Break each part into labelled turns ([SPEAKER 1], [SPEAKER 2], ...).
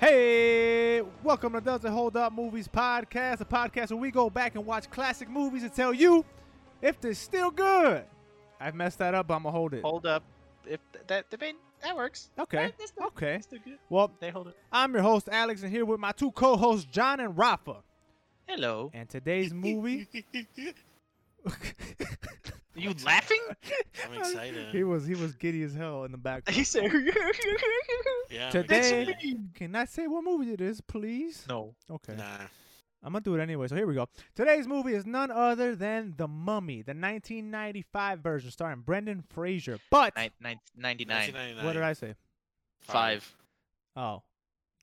[SPEAKER 1] Hey, welcome to Doesn't Hold Up Movies Podcast, a podcast where we go back and watch classic movies and tell you if they're still good. I've messed that up, but I'm going to hold it.
[SPEAKER 2] Hold up. If th- that that, mean, that works.
[SPEAKER 1] Okay.
[SPEAKER 2] That- that's still-
[SPEAKER 1] Okay.
[SPEAKER 2] that's still good.
[SPEAKER 1] Well,
[SPEAKER 2] They hold it.
[SPEAKER 1] I'm your host, Alex, and here with my two co hosts, John and Rafa.
[SPEAKER 2] Hello.
[SPEAKER 1] And today's movie.
[SPEAKER 2] You laughing?
[SPEAKER 3] I'm excited.
[SPEAKER 1] he was he was giddy as hell in the back.
[SPEAKER 2] He said.
[SPEAKER 3] Yeah. I'm
[SPEAKER 1] Today,
[SPEAKER 3] excited.
[SPEAKER 1] can I say what movie it is, please?
[SPEAKER 2] no.
[SPEAKER 1] Okay.
[SPEAKER 3] Nah.
[SPEAKER 1] I'm gonna do it anyway. So here we go. Today's movie is none other than The Mummy, the 1995 version, starring Brendan Fraser. But
[SPEAKER 2] Nine, nine, 99.
[SPEAKER 3] 1999.
[SPEAKER 1] what did I say?
[SPEAKER 2] Five.
[SPEAKER 1] Oh,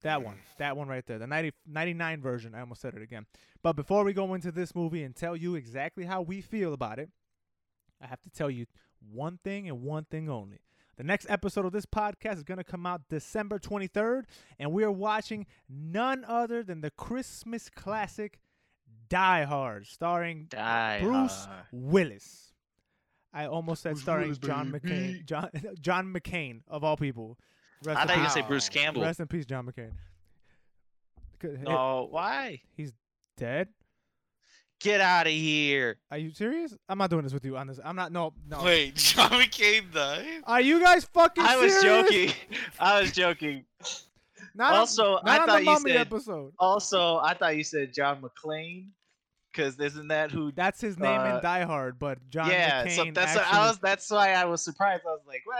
[SPEAKER 1] that one, that one right there, the 90, 99 version. I almost said it again. But before we go into this movie and tell you exactly how we feel about it, I have to tell you one thing and one thing only. The next episode of this podcast is going to come out December 23rd, and we are watching none other than the Christmas classic Die Hard, starring
[SPEAKER 2] Die. Ah.
[SPEAKER 1] Bruce
[SPEAKER 2] Hard.
[SPEAKER 1] Willis. I almost said
[SPEAKER 3] Bruce
[SPEAKER 1] starring
[SPEAKER 3] Willis,
[SPEAKER 1] John
[SPEAKER 3] baby.
[SPEAKER 1] McCain. John John McCain of all people. Rest
[SPEAKER 2] I
[SPEAKER 1] in
[SPEAKER 2] thought you were
[SPEAKER 1] peace.
[SPEAKER 2] gonna say Bruce
[SPEAKER 3] Wow.
[SPEAKER 2] Campbell.
[SPEAKER 1] Rest in peace, John McCain. Could- he-
[SPEAKER 2] no. Why?
[SPEAKER 1] Dead?
[SPEAKER 2] Get out of here.
[SPEAKER 1] Are you serious? I'm not doing this with you on this. I'm not. No, no.
[SPEAKER 3] Wait, John McCain died?
[SPEAKER 1] Are you guys fucking?
[SPEAKER 2] I was
[SPEAKER 1] serious?
[SPEAKER 2] joking. I was joking.
[SPEAKER 1] Not on-
[SPEAKER 2] also,
[SPEAKER 1] not
[SPEAKER 2] I
[SPEAKER 1] on
[SPEAKER 2] thought
[SPEAKER 1] the
[SPEAKER 2] you
[SPEAKER 1] mummy
[SPEAKER 2] said-
[SPEAKER 1] episode.
[SPEAKER 2] Also, I thought you said John McClane, because isn't that who?
[SPEAKER 1] That's his name
[SPEAKER 2] Uh,
[SPEAKER 1] in Die Hard, but John
[SPEAKER 2] yeah.
[SPEAKER 1] McCain
[SPEAKER 2] so that's
[SPEAKER 1] actually.
[SPEAKER 2] I was. That's why I was surprised. I was like, "What?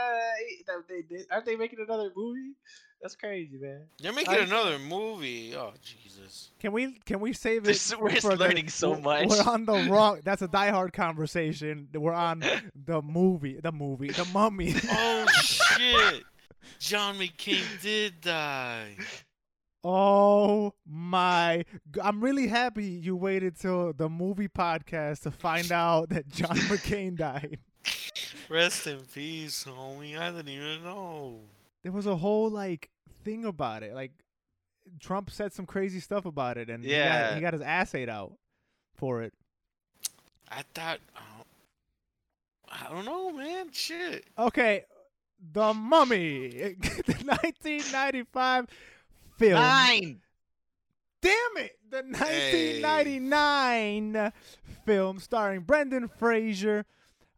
[SPEAKER 2] They, they, aren't they making another movie? That's crazy, man."
[SPEAKER 3] You're making
[SPEAKER 2] I-
[SPEAKER 3] another movie. Oh, Jesus.
[SPEAKER 1] Can we can we save it?
[SPEAKER 2] This- we're
[SPEAKER 1] for the-
[SPEAKER 2] learning so
[SPEAKER 1] we're-
[SPEAKER 2] much.
[SPEAKER 1] We're on the wrong. That's a Die Hard conversation. We're on the movie, the movie, the Mummy.
[SPEAKER 3] Oh, shit. John McCain did die.
[SPEAKER 1] Oh my! g- I'm really happy you waited till the movie podcast to find out that John McCain died.
[SPEAKER 3] Rest in peace, homie. I didn't even know.
[SPEAKER 1] There was a whole like thing about it. Like Trump said some crazy stuff about it, and he got- he got,
[SPEAKER 2] Yeah.
[SPEAKER 1] his ass ate out for it.
[SPEAKER 3] I thought. oh, I don't know, man. Shit.
[SPEAKER 1] Okay, the Mummy, the 1995 film.
[SPEAKER 2] Nine.
[SPEAKER 1] Damn it! The 1999 film starring Brendan Fraser.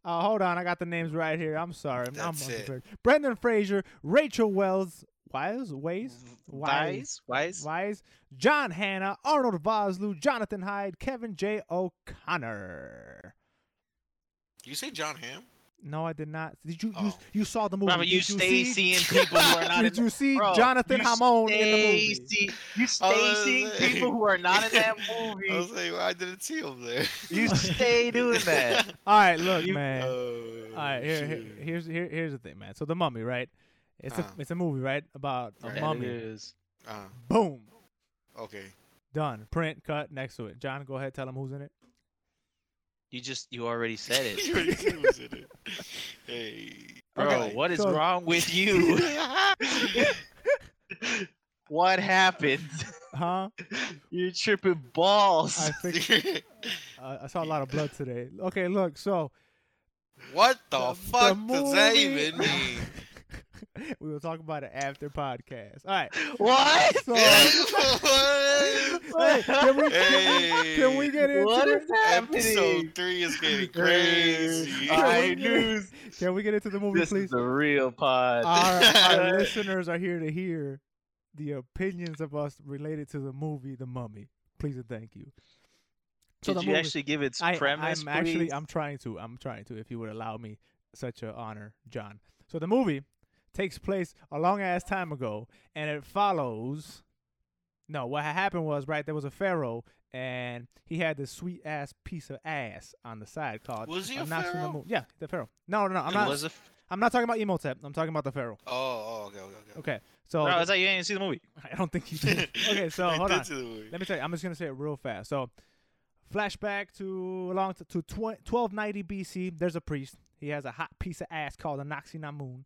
[SPEAKER 1] Uh, hold on, I got the names right here. I'm sorry. I'm-
[SPEAKER 3] That's
[SPEAKER 1] I'm
[SPEAKER 3] it.
[SPEAKER 1] unprepared. Brendan Fraser, Rachel Wells, Wise, Ways,
[SPEAKER 2] Wise. Wise.
[SPEAKER 1] Wise, John Hanna, Arnold Vosloo, Jonathan Hyde, Kevin J. O'Connor.
[SPEAKER 3] You say John Ham?
[SPEAKER 1] No, I did not. Did you you,
[SPEAKER 3] Oh.
[SPEAKER 1] you saw the movie?
[SPEAKER 2] Remember, you
[SPEAKER 1] Did
[SPEAKER 2] stay
[SPEAKER 1] see-
[SPEAKER 2] seeing people who are not in
[SPEAKER 1] Did you see
[SPEAKER 2] Bro,
[SPEAKER 1] Jonathan
[SPEAKER 2] you
[SPEAKER 1] Hamon in the
[SPEAKER 2] stay
[SPEAKER 1] movie?
[SPEAKER 2] see- you stay
[SPEAKER 3] was
[SPEAKER 2] seeing
[SPEAKER 3] like-
[SPEAKER 2] people who are not in that
[SPEAKER 3] I
[SPEAKER 2] movie.
[SPEAKER 3] was like, well, I didn't see him there.
[SPEAKER 2] you stay doing that.
[SPEAKER 1] All right, look,
[SPEAKER 2] You-
[SPEAKER 1] man.
[SPEAKER 3] Oh,
[SPEAKER 1] All right, here, here,
[SPEAKER 3] shit.
[SPEAKER 1] here's here, here's the thing, man. So the mummy, right? It's
[SPEAKER 3] Uh-huh.
[SPEAKER 1] a it's a movie, right? About a
[SPEAKER 3] Right.
[SPEAKER 1] mummy.
[SPEAKER 3] Ah,
[SPEAKER 1] Boom,
[SPEAKER 3] okay.
[SPEAKER 1] done. Print, cut, next to it. John, go ahead, tell him who's in it.
[SPEAKER 2] You just you already said it.
[SPEAKER 3] You already said it was in it. Hey,
[SPEAKER 2] Bro,
[SPEAKER 1] Okay,
[SPEAKER 2] what is
[SPEAKER 1] so-
[SPEAKER 2] wrong with you? what happened?
[SPEAKER 1] Huh?
[SPEAKER 2] You're tripping balls.
[SPEAKER 1] I think uh, I saw a lot of blood today. Okay, look, so
[SPEAKER 3] what the,
[SPEAKER 1] The- the
[SPEAKER 3] Oh, fuck does that
[SPEAKER 1] movie-
[SPEAKER 3] even mean?
[SPEAKER 1] we will talk about it after podcast. All right.
[SPEAKER 2] what?
[SPEAKER 1] So
[SPEAKER 3] What?
[SPEAKER 1] Hey, can, we, can, we, can we get into
[SPEAKER 2] What
[SPEAKER 1] it?
[SPEAKER 2] is happening?
[SPEAKER 3] Episode three is getting crazy.
[SPEAKER 1] All right.
[SPEAKER 2] I knew
[SPEAKER 1] Can we get into the movie,
[SPEAKER 2] this
[SPEAKER 1] please? Uh,
[SPEAKER 2] is a real pod.
[SPEAKER 1] our, our listeners are here to hear the opinions of us related to the movie The Mummy. Please and thank you. So
[SPEAKER 2] Did
[SPEAKER 1] the
[SPEAKER 2] you
[SPEAKER 1] movie-
[SPEAKER 2] actually give its
[SPEAKER 1] I,
[SPEAKER 2] premise?
[SPEAKER 1] I'm actually
[SPEAKER 2] please?
[SPEAKER 1] I'm trying to. I'm trying to if you would allow me such an honor, John. So the movie takes place a long ass time ago and it follows No, what had happened was right there was a pharaoh and he had this sweet ass piece of ass on the side called
[SPEAKER 3] Was he a
[SPEAKER 1] Anoxi
[SPEAKER 3] pharaoh?
[SPEAKER 1] Namu- Yeah, the pharaoh. No, no, no. I'm
[SPEAKER 2] It
[SPEAKER 1] not
[SPEAKER 2] was a f-
[SPEAKER 1] I'm not talking about Emotep. I'm talking about the pharaoh.
[SPEAKER 3] Oh, oh, okay, okay, okay.
[SPEAKER 1] Oh, Okay. So
[SPEAKER 2] Bro, I was like, you ain't seen the movie.
[SPEAKER 1] I don't think he did. Okay, so
[SPEAKER 3] We
[SPEAKER 1] hold
[SPEAKER 3] did
[SPEAKER 1] on.
[SPEAKER 3] see the movie.
[SPEAKER 1] Let me tell you. I'm just gonna say it real fast. So, flashback to along to, to tw- 1290 BC. There's a priest. He has a hot piece of ass called Anaxinamun.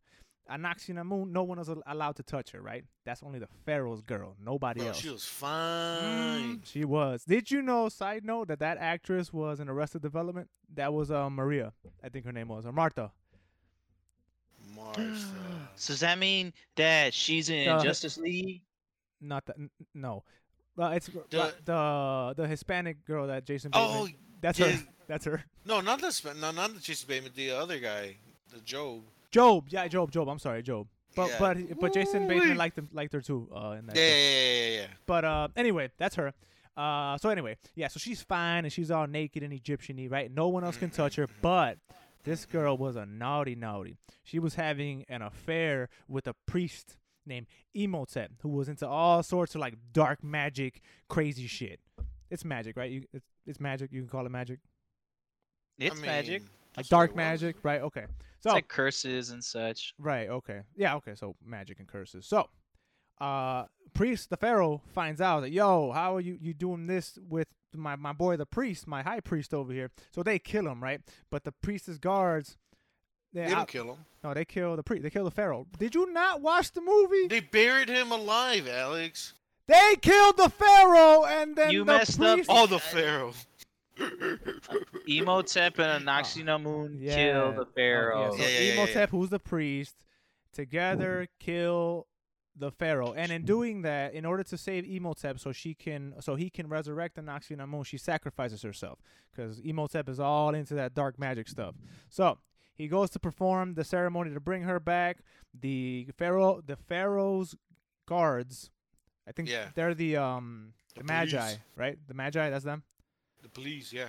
[SPEAKER 1] Anaxinamun. No one is al- allowed to touch her. Right? That's only the pharaoh's girl. Nobody
[SPEAKER 3] Bro,
[SPEAKER 1] else.
[SPEAKER 3] she was
[SPEAKER 1] Mm,
[SPEAKER 3] fine.
[SPEAKER 1] she was. Did you know? Side note that that actress was in Arrested Development. That was uh, Maria. I think her name was or Martha.
[SPEAKER 3] Martha.
[SPEAKER 1] Mm.
[SPEAKER 2] So does that mean that she's in
[SPEAKER 1] Uh,
[SPEAKER 2] Justice League?
[SPEAKER 1] not that. N- no, uh, it's the,
[SPEAKER 3] The-
[SPEAKER 1] the the Hispanic girl that Jason. Bateman,
[SPEAKER 3] Oh,
[SPEAKER 1] that's
[SPEAKER 3] yeah.
[SPEAKER 1] her. That's her.
[SPEAKER 3] no, not the Sp- no, not the Jason Bateman, the other guy, the Job.
[SPEAKER 1] Job. Yeah, Job. Job. I'm sorry, Job. But
[SPEAKER 3] Yeah.
[SPEAKER 1] but but Jason Bateman
[SPEAKER 3] Woo-wee.
[SPEAKER 1] liked him, liked her too. Uh, in that.
[SPEAKER 3] Yeah,
[SPEAKER 1] show.
[SPEAKER 3] yeah, yeah, yeah,
[SPEAKER 1] But uh, anyway, that's her. Uh, so anyway, yeah, so she's fine and she's all naked and Egyptian-y, right? No one else can touch her, but this girl was a naughty naughty. She was having an affair with a priest named Imhotep, who was into all sorts of like dark magic, crazy shit. It's magic, right? You, it's, it's magic. You can call it magic,
[SPEAKER 3] yeah.
[SPEAKER 4] It's magic. It's
[SPEAKER 1] like
[SPEAKER 3] that's what it
[SPEAKER 1] dark
[SPEAKER 3] was.
[SPEAKER 1] magic, right? Okay. So
[SPEAKER 4] like curses and such.
[SPEAKER 1] Right. Okay. Yeah. Okay. So magic and curses. So, uh, priest the pharaoh finds out that yo, how are you you doing this with my my boy the priest, my high priest over here? So they kill him, right? But the priest's guards, they,
[SPEAKER 3] They don't
[SPEAKER 1] out-
[SPEAKER 3] kill him.
[SPEAKER 1] no, they kill the priest. They kill the pharaoh. Did you not watch the movie?
[SPEAKER 3] They buried him alive, Alex.
[SPEAKER 1] They killed the pharaoh, and then
[SPEAKER 4] You
[SPEAKER 1] the
[SPEAKER 4] messed up
[SPEAKER 1] priest-
[SPEAKER 3] Oh, the Pharaoh.
[SPEAKER 4] Emotep and Anoxina Moon
[SPEAKER 1] Yeah.
[SPEAKER 4] kill
[SPEAKER 1] Oh,
[SPEAKER 4] the
[SPEAKER 1] yeah,
[SPEAKER 4] pharaoh.
[SPEAKER 1] So
[SPEAKER 3] Yeah, yeah, yeah, yeah.
[SPEAKER 1] Imhotep, who's the priest, together kill the pharaoh, and in doing that, in order to save Imhotep, so she can, so he can resurrect Anaxinamun, she sacrifices herself because Imhotep is all into that dark magic stuff. So he goes to perform the ceremony to bring her back. The pharaoh, the pharaoh's guards, I think
[SPEAKER 3] Yeah.
[SPEAKER 1] they're the um the,
[SPEAKER 3] The
[SPEAKER 1] magi,
[SPEAKER 3] police.
[SPEAKER 1] right? The magi, that's them.
[SPEAKER 3] The police, yeah.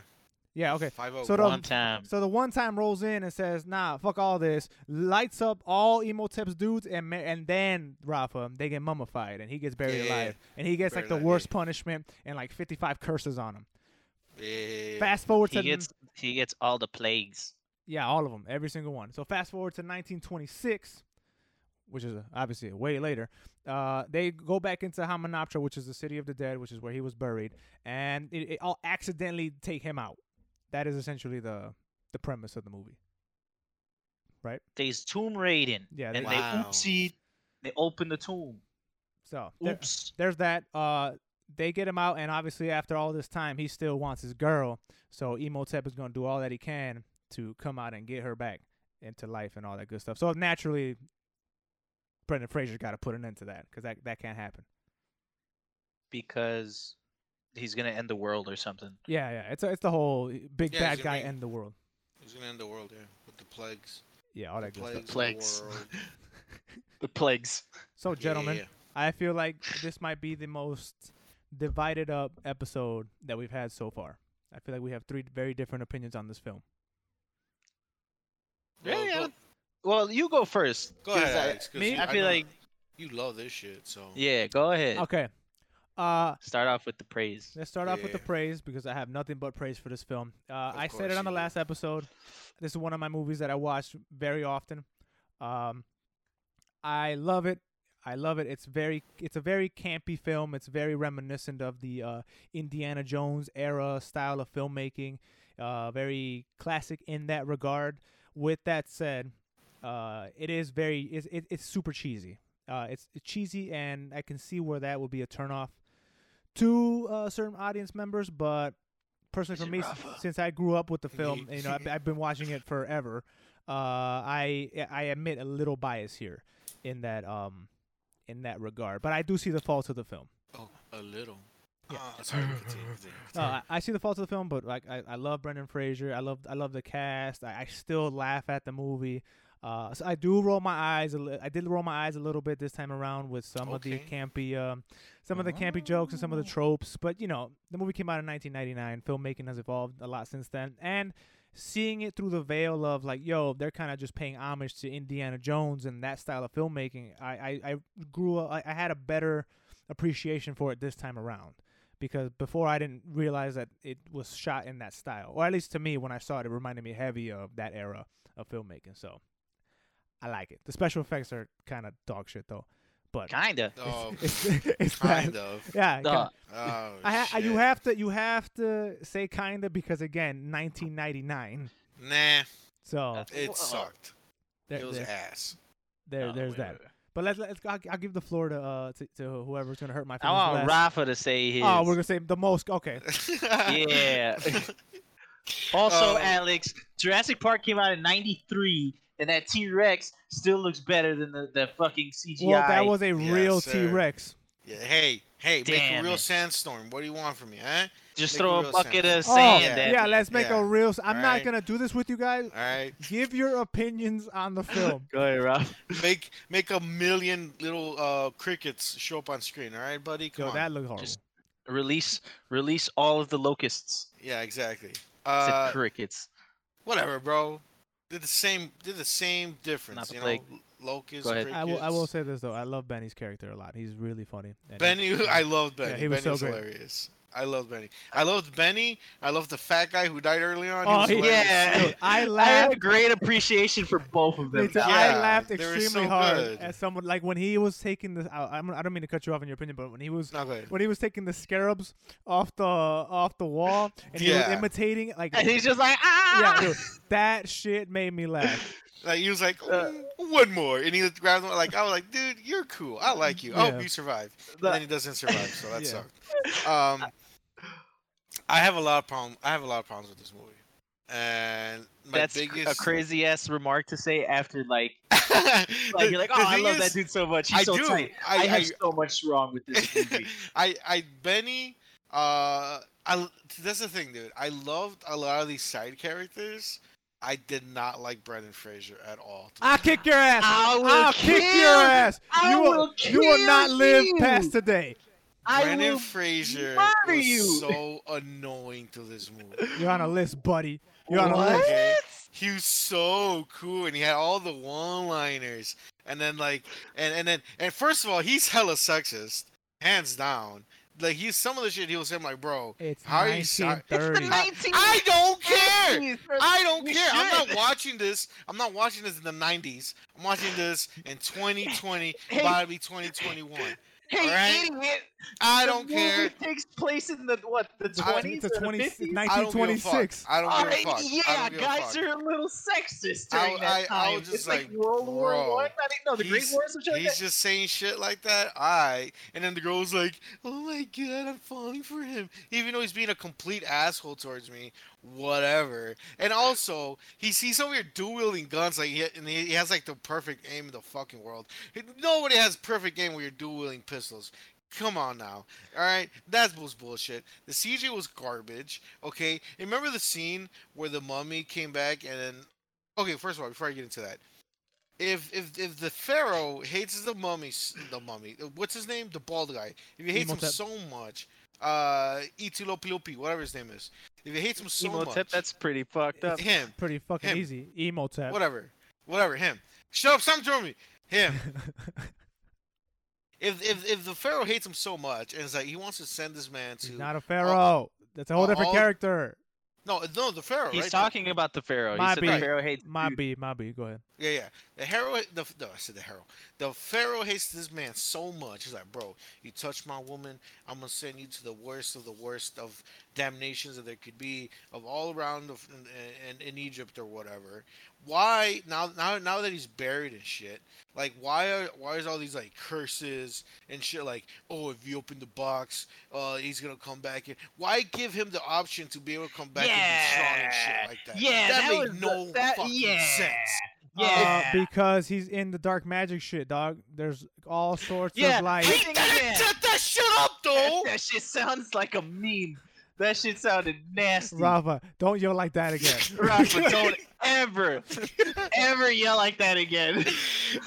[SPEAKER 1] Yeah, okay.
[SPEAKER 3] Five oh.
[SPEAKER 1] So the-
[SPEAKER 4] One time.
[SPEAKER 1] So the one time rolls in and says, "Nah, fuck all this." Lights up all Emotep's dudes, and ma- and then Rafa, um, they get mummified, and he gets buried
[SPEAKER 3] Yeah, yeah,
[SPEAKER 1] alive, and he gets like
[SPEAKER 3] Buried
[SPEAKER 1] the
[SPEAKER 3] alive,
[SPEAKER 1] worst punishment and like 55 curses on him.
[SPEAKER 3] yeah.
[SPEAKER 1] Fast forward to
[SPEAKER 4] He gets he gets all the plagues.
[SPEAKER 1] yeah, all of them, every single one. So fast forward to 1926, which is uh, obviously way later. Uh, they go back into Hamunaptra, which is the city of the dead, which is where he was buried, and it, it all accidentally take him out. That is essentially the the premise of the movie.
[SPEAKER 4] They's tomb raiding.
[SPEAKER 1] Yeah,
[SPEAKER 4] and
[SPEAKER 1] they-
[SPEAKER 4] they
[SPEAKER 3] Wow.
[SPEAKER 4] oopsie, they open the tomb.
[SPEAKER 1] So there-
[SPEAKER 4] Oops.
[SPEAKER 1] there's that. Uh, they get him out, and obviously after all this time, he still wants his girl. So Emotep is gonna do all that he can to come out and get her back into life and all that good stuff. So naturally, Brendan Fraser's got to put an end to that because that that can't happen.
[SPEAKER 4] because he's gonna end the world or something.
[SPEAKER 1] Yeah, yeah. It's it's the whole eh, big
[SPEAKER 3] Yeah,
[SPEAKER 1] bad
[SPEAKER 3] he's
[SPEAKER 1] guy
[SPEAKER 3] gonna be-
[SPEAKER 1] end the world.
[SPEAKER 3] He's gonna end the world, yeah, with the plagues.
[SPEAKER 1] Yeah, all Oh, that
[SPEAKER 3] the
[SPEAKER 1] good stuff.
[SPEAKER 4] Plagues.
[SPEAKER 3] plagues. Of the world.
[SPEAKER 4] The plagues.
[SPEAKER 1] So
[SPEAKER 3] Yeah,
[SPEAKER 1] Oh, gentlemen,
[SPEAKER 3] yeah,
[SPEAKER 1] I feel like this might be the most divided up episode that we've had so far. I feel like we have three very different opinions on this film.
[SPEAKER 3] yeah. Well,
[SPEAKER 4] Really? I
[SPEAKER 3] go-
[SPEAKER 4] don't- Well, you go first.
[SPEAKER 3] Go
[SPEAKER 4] 'cause
[SPEAKER 3] ahead,
[SPEAKER 4] I-
[SPEAKER 3] Alex, 'cause
[SPEAKER 4] me,
[SPEAKER 3] you-
[SPEAKER 4] I
[SPEAKER 3] I
[SPEAKER 4] feel
[SPEAKER 3] know-
[SPEAKER 4] like
[SPEAKER 3] You love this shit, so.
[SPEAKER 4] yeah. Go ahead.
[SPEAKER 1] Okay. Uh
[SPEAKER 4] Start off with the praise.
[SPEAKER 1] Let's start off with the
[SPEAKER 3] Yeah.
[SPEAKER 1] praise because I have nothing but praise for this film. Uh,
[SPEAKER 3] Of
[SPEAKER 1] I said
[SPEAKER 3] course
[SPEAKER 1] it on the
[SPEAKER 3] you do.
[SPEAKER 1] last episode. This is one of my movies that I watch very often. Um, I love it. I love it. It's very, it's a very campy film. It's very reminiscent of the uh, Indiana Jones era style of filmmaking. Uh, very classic in that regard. With that said, uh, it is very, it's, it, it's super cheesy. Uh, it's cheesy, and I can see where that would be a turnoff to uh, certain audience members, but personally
[SPEAKER 4] Is
[SPEAKER 1] for
[SPEAKER 4] it
[SPEAKER 1] me, s-
[SPEAKER 4] Rafa?
[SPEAKER 1] since I grew up with the film, you know, I've, I've been watching it forever. Uh, I I admit a little bias here in that um in that regard, but I do see the faults of the film.
[SPEAKER 3] Oh, a little.
[SPEAKER 1] Yeah. Uh,
[SPEAKER 3] Ah, sorry, continue, continue,
[SPEAKER 1] No, I, I see the faults of the film, but like I, I love Brendan Fraser. I love I love the cast. I, I still laugh at the movie. Uh, so I do roll my eyes. A li- I did roll my eyes a little bit this time around with some of the
[SPEAKER 3] Okay.
[SPEAKER 1] campy, um, some of the campy jokes and some of the tropes. But you know, the movie came out in 1999. Filmmaking has evolved a lot since then, and seeing it through the veil of like, yo, they're kind of just paying homage to Indiana Jones and that style of filmmaking. I I, I grew up. I, I had a better appreciation for it this time around because before I didn't realize that it was shot in that style, or at least to me when I saw it, it reminded me heavy of that era of filmmaking. So I like it. The special effects are kind of dog shit though, but
[SPEAKER 4] Kinda.
[SPEAKER 3] continue. Oh,
[SPEAKER 1] it's, it's, it's
[SPEAKER 3] kind
[SPEAKER 1] that-
[SPEAKER 3] of.
[SPEAKER 1] Yeah, kinda.
[SPEAKER 4] Duh.
[SPEAKER 3] Oh,
[SPEAKER 1] I ha-
[SPEAKER 3] shit.
[SPEAKER 1] you have to you have to say kinda because again, 1999.
[SPEAKER 3] Nah,
[SPEAKER 1] So
[SPEAKER 4] That's- Whoa.
[SPEAKER 3] it sucked.
[SPEAKER 1] there,
[SPEAKER 3] it was
[SPEAKER 1] there,
[SPEAKER 3] ass.
[SPEAKER 1] there-
[SPEAKER 4] No,
[SPEAKER 1] there's
[SPEAKER 4] wait,
[SPEAKER 1] that.
[SPEAKER 4] wait, wait.
[SPEAKER 1] But let's, let's I'll, I'll give the floor to uh to, to whoever's gonna hurt my
[SPEAKER 4] I
[SPEAKER 1] feelings.
[SPEAKER 4] want
[SPEAKER 1] last.
[SPEAKER 4] Rafa to say his.
[SPEAKER 1] Oh, we're gonna say the most. Okay,
[SPEAKER 4] Yeah. Also,
[SPEAKER 3] Um,
[SPEAKER 4] Alex, Jurassic Park came out in '93, and that T Rex still looks better than the, the fucking CGI.
[SPEAKER 1] well that was a
[SPEAKER 3] Yes,
[SPEAKER 1] real
[SPEAKER 3] sir.
[SPEAKER 1] T Rex.
[SPEAKER 3] Yeah, hey, hey, make a
[SPEAKER 2] Damn
[SPEAKER 3] real
[SPEAKER 2] it.
[SPEAKER 3] sandstorm. What do you want from me, huh?
[SPEAKER 2] Just
[SPEAKER 3] Make
[SPEAKER 2] throw
[SPEAKER 3] real
[SPEAKER 2] a bucket
[SPEAKER 3] sense.
[SPEAKER 2] of sand
[SPEAKER 3] Oh, yeah.
[SPEAKER 2] at
[SPEAKER 1] Oh, yeah, let's make
[SPEAKER 3] yeah.
[SPEAKER 1] a real. s- I'm not
[SPEAKER 3] Alright.
[SPEAKER 1] gonna do this with you guys.
[SPEAKER 3] All right,
[SPEAKER 1] Give your opinions on the film.
[SPEAKER 2] Go ahead, Rob.
[SPEAKER 3] make make a million little uh crickets show up on screen. All right, buddy, come
[SPEAKER 1] Yo,
[SPEAKER 3] on.
[SPEAKER 1] that looked horrible.
[SPEAKER 2] Just- Release, release all of the locusts.
[SPEAKER 3] Yeah, exactly.
[SPEAKER 2] I said
[SPEAKER 3] Uh,
[SPEAKER 2] crickets.
[SPEAKER 3] whatever, bro. Did the same. Did the same difference.
[SPEAKER 2] the
[SPEAKER 3] You know,
[SPEAKER 2] plague.
[SPEAKER 3] locust.
[SPEAKER 2] Go ahead.
[SPEAKER 1] I will. I will
[SPEAKER 3] crickets.
[SPEAKER 1] say this though. I love Benny's character a lot. He's really funny. and
[SPEAKER 3] Benny,
[SPEAKER 1] he's-
[SPEAKER 3] I loved Benny.
[SPEAKER 1] he was
[SPEAKER 3] Benny
[SPEAKER 1] so
[SPEAKER 3] was
[SPEAKER 1] great.
[SPEAKER 3] hilarious. I loved Benny. I loved Benny. I loved the fat guy who died early on.
[SPEAKER 1] Oh,
[SPEAKER 3] was
[SPEAKER 1] he-
[SPEAKER 3] hilarious.
[SPEAKER 2] Yeah,
[SPEAKER 1] Dude, I
[SPEAKER 2] I have a
[SPEAKER 1] laughed.
[SPEAKER 2] great appreciation for both
[SPEAKER 1] Me
[SPEAKER 2] of them.
[SPEAKER 1] too.
[SPEAKER 2] now.
[SPEAKER 1] I
[SPEAKER 3] Yeah,
[SPEAKER 1] laughed
[SPEAKER 3] they were
[SPEAKER 1] extremely
[SPEAKER 3] so
[SPEAKER 1] hard
[SPEAKER 3] good.
[SPEAKER 1] at someone like when he was taking the. I, I'm, I don't mean to cut you off in your opinion, but when he was
[SPEAKER 3] No, go ahead.
[SPEAKER 1] when he was taking the scarabs off the off the wall and he was
[SPEAKER 3] Yeah.
[SPEAKER 1] imitating like
[SPEAKER 2] And he's just like,
[SPEAKER 1] yeah,
[SPEAKER 2] ah.
[SPEAKER 1] dude, that shit made me laugh.
[SPEAKER 3] Like he was like,
[SPEAKER 2] Uh,
[SPEAKER 3] "Mm, one more, and he grabbed one. Like I was like, dude, you're cool. I like you. I
[SPEAKER 1] Yeah.
[SPEAKER 3] hope you survive. And
[SPEAKER 2] The-
[SPEAKER 3] then he doesn't survive, so that
[SPEAKER 1] Yeah.
[SPEAKER 3] sucked. Um, I have a lot of problem. I have a lot of problems with this movie, and my
[SPEAKER 2] That's cr-
[SPEAKER 3] biggest.
[SPEAKER 2] a crazy ass remark to say after like,
[SPEAKER 3] The-
[SPEAKER 2] like you're like,
[SPEAKER 3] the
[SPEAKER 2] oh, I
[SPEAKER 3] thing
[SPEAKER 2] love
[SPEAKER 3] is,
[SPEAKER 2] that dude so much. He's
[SPEAKER 3] I
[SPEAKER 2] so
[SPEAKER 3] do.
[SPEAKER 2] tight.
[SPEAKER 3] I-
[SPEAKER 2] I, have
[SPEAKER 3] I-
[SPEAKER 2] so much wrong with this movie.
[SPEAKER 3] I I Benny uh I that's the thing, dude. I loved a lot of these side characters. I did not like Brendan Fraser at all.
[SPEAKER 1] I'll kick your ass.
[SPEAKER 2] I will
[SPEAKER 1] I'll Ah, kick your
[SPEAKER 2] kill-
[SPEAKER 1] ass.
[SPEAKER 2] I
[SPEAKER 1] you will,
[SPEAKER 2] will
[SPEAKER 1] you will not
[SPEAKER 2] kill
[SPEAKER 1] live
[SPEAKER 2] you.
[SPEAKER 1] past today.
[SPEAKER 2] I
[SPEAKER 3] Brendan
[SPEAKER 2] will
[SPEAKER 3] Fraser
[SPEAKER 2] murder
[SPEAKER 3] was
[SPEAKER 2] you.
[SPEAKER 3] so annoying to this movie.
[SPEAKER 1] You're on a list, buddy. You're on a
[SPEAKER 2] What?
[SPEAKER 1] list.
[SPEAKER 3] Okay? He was so cool, and he had all the one-liners, and then like, and and then and first of all, he's hella sexist, hands down. Like he's some of the shit he was saying, like, bro,
[SPEAKER 1] It's
[SPEAKER 3] How are you si-
[SPEAKER 1] 1930.
[SPEAKER 2] It's the
[SPEAKER 3] I, I don't care. I don't
[SPEAKER 2] You
[SPEAKER 3] care. I'm
[SPEAKER 2] should.
[SPEAKER 3] not watching this. I'm not watching this in the 90s. I'm watching this in 2020,
[SPEAKER 2] Hey.
[SPEAKER 3] probably 2021.
[SPEAKER 2] Hey,
[SPEAKER 3] Alright?
[SPEAKER 2] idiot!
[SPEAKER 3] I
[SPEAKER 2] The
[SPEAKER 3] don't
[SPEAKER 2] movie
[SPEAKER 3] care.
[SPEAKER 2] takes place in the what? The
[SPEAKER 3] I-
[SPEAKER 2] twenties
[SPEAKER 1] it's a
[SPEAKER 2] or the
[SPEAKER 1] 20
[SPEAKER 2] fifties?
[SPEAKER 3] I don't give a fuck.
[SPEAKER 1] 1926.
[SPEAKER 3] I don't give a fuck. I
[SPEAKER 2] yeah,
[SPEAKER 3] don't give a
[SPEAKER 2] guys
[SPEAKER 3] fuck.
[SPEAKER 2] are a little sexist
[SPEAKER 3] I-
[SPEAKER 2] during that
[SPEAKER 3] I- I
[SPEAKER 2] time.
[SPEAKER 3] was just
[SPEAKER 2] it's like,
[SPEAKER 3] like,
[SPEAKER 2] World War
[SPEAKER 3] bro,
[SPEAKER 2] One. I didn't know the Great
[SPEAKER 3] he's-
[SPEAKER 2] War or something like
[SPEAKER 3] He's
[SPEAKER 2] that.
[SPEAKER 3] just saying shit like that. I and then the girl's like, "Oh my god, I'm falling for him," even though he's being a complete asshole towards me. Whatever. And also, he sees over here dual wielding guns, like, he, and he, he has like the perfect aim in the fucking world. Nobody has perfect aim when you're dual wielding pistols. Come on now. All right, that was bullshit. The CG was garbage. Okay, And remember the scene where the mummy came back and then. Okay, first of all, before I get into that, if if if the pharaoh hates the mummy, s- the mummy, what's his name? The bald guy. If he hates him
[SPEAKER 1] Imhotep.
[SPEAKER 3] so much, uh, Itilopilopi, whatever his name is. If he hates him so much,
[SPEAKER 2] pretty fucked
[SPEAKER 3] him.
[SPEAKER 1] Pretty fucking
[SPEAKER 3] Him.
[SPEAKER 1] easy. Emo tap.
[SPEAKER 3] Whatever, whatever. Him. Shut up! Stop throwing me. Him. If if if the pharaoh hates him so much, and it's like he wants to send this man to
[SPEAKER 1] He's not a pharaoh. That's a whole
[SPEAKER 3] all-
[SPEAKER 1] different
[SPEAKER 3] all-
[SPEAKER 1] character.
[SPEAKER 3] no no the pharaoh.
[SPEAKER 2] He's
[SPEAKER 3] right?
[SPEAKER 2] talking about the Pharaoh.
[SPEAKER 1] My
[SPEAKER 2] he said
[SPEAKER 1] bad.
[SPEAKER 2] the Pharaoh hates
[SPEAKER 1] My
[SPEAKER 2] dudes.
[SPEAKER 1] B, my B. Go ahead.
[SPEAKER 3] Yeah, yeah. The hero, the no, I said the hero. The pharaoh hates this man so much. He's like, bro, you touch my woman, I'm gonna send you to the worst of the worst of damnations that there could be of all around of in, in, in Egypt or whatever. Why now? Now, now that he's buried and shit, like why are why is all these like curses and shit like, oh, if you open the box, uh, he's gonna come back in. Why give him the option to be able to come back and be strong and shit like that?
[SPEAKER 2] Yeah,
[SPEAKER 3] that,
[SPEAKER 2] that
[SPEAKER 3] made
[SPEAKER 2] was the-
[SPEAKER 3] no
[SPEAKER 2] that-
[SPEAKER 3] fucking
[SPEAKER 2] yeah.
[SPEAKER 3] sense.
[SPEAKER 2] Yeah.
[SPEAKER 1] Uh, because he's in the dark magic shit, dog. There's all sorts
[SPEAKER 2] Yeah,
[SPEAKER 1] of like.
[SPEAKER 2] I-
[SPEAKER 3] He didn't set that shit up, though.
[SPEAKER 2] that shit sounds like a meme. That shit sounded nasty.
[SPEAKER 1] Rafa, don't yell like that again.
[SPEAKER 2] Rafa, don't ever, ever yell like that again.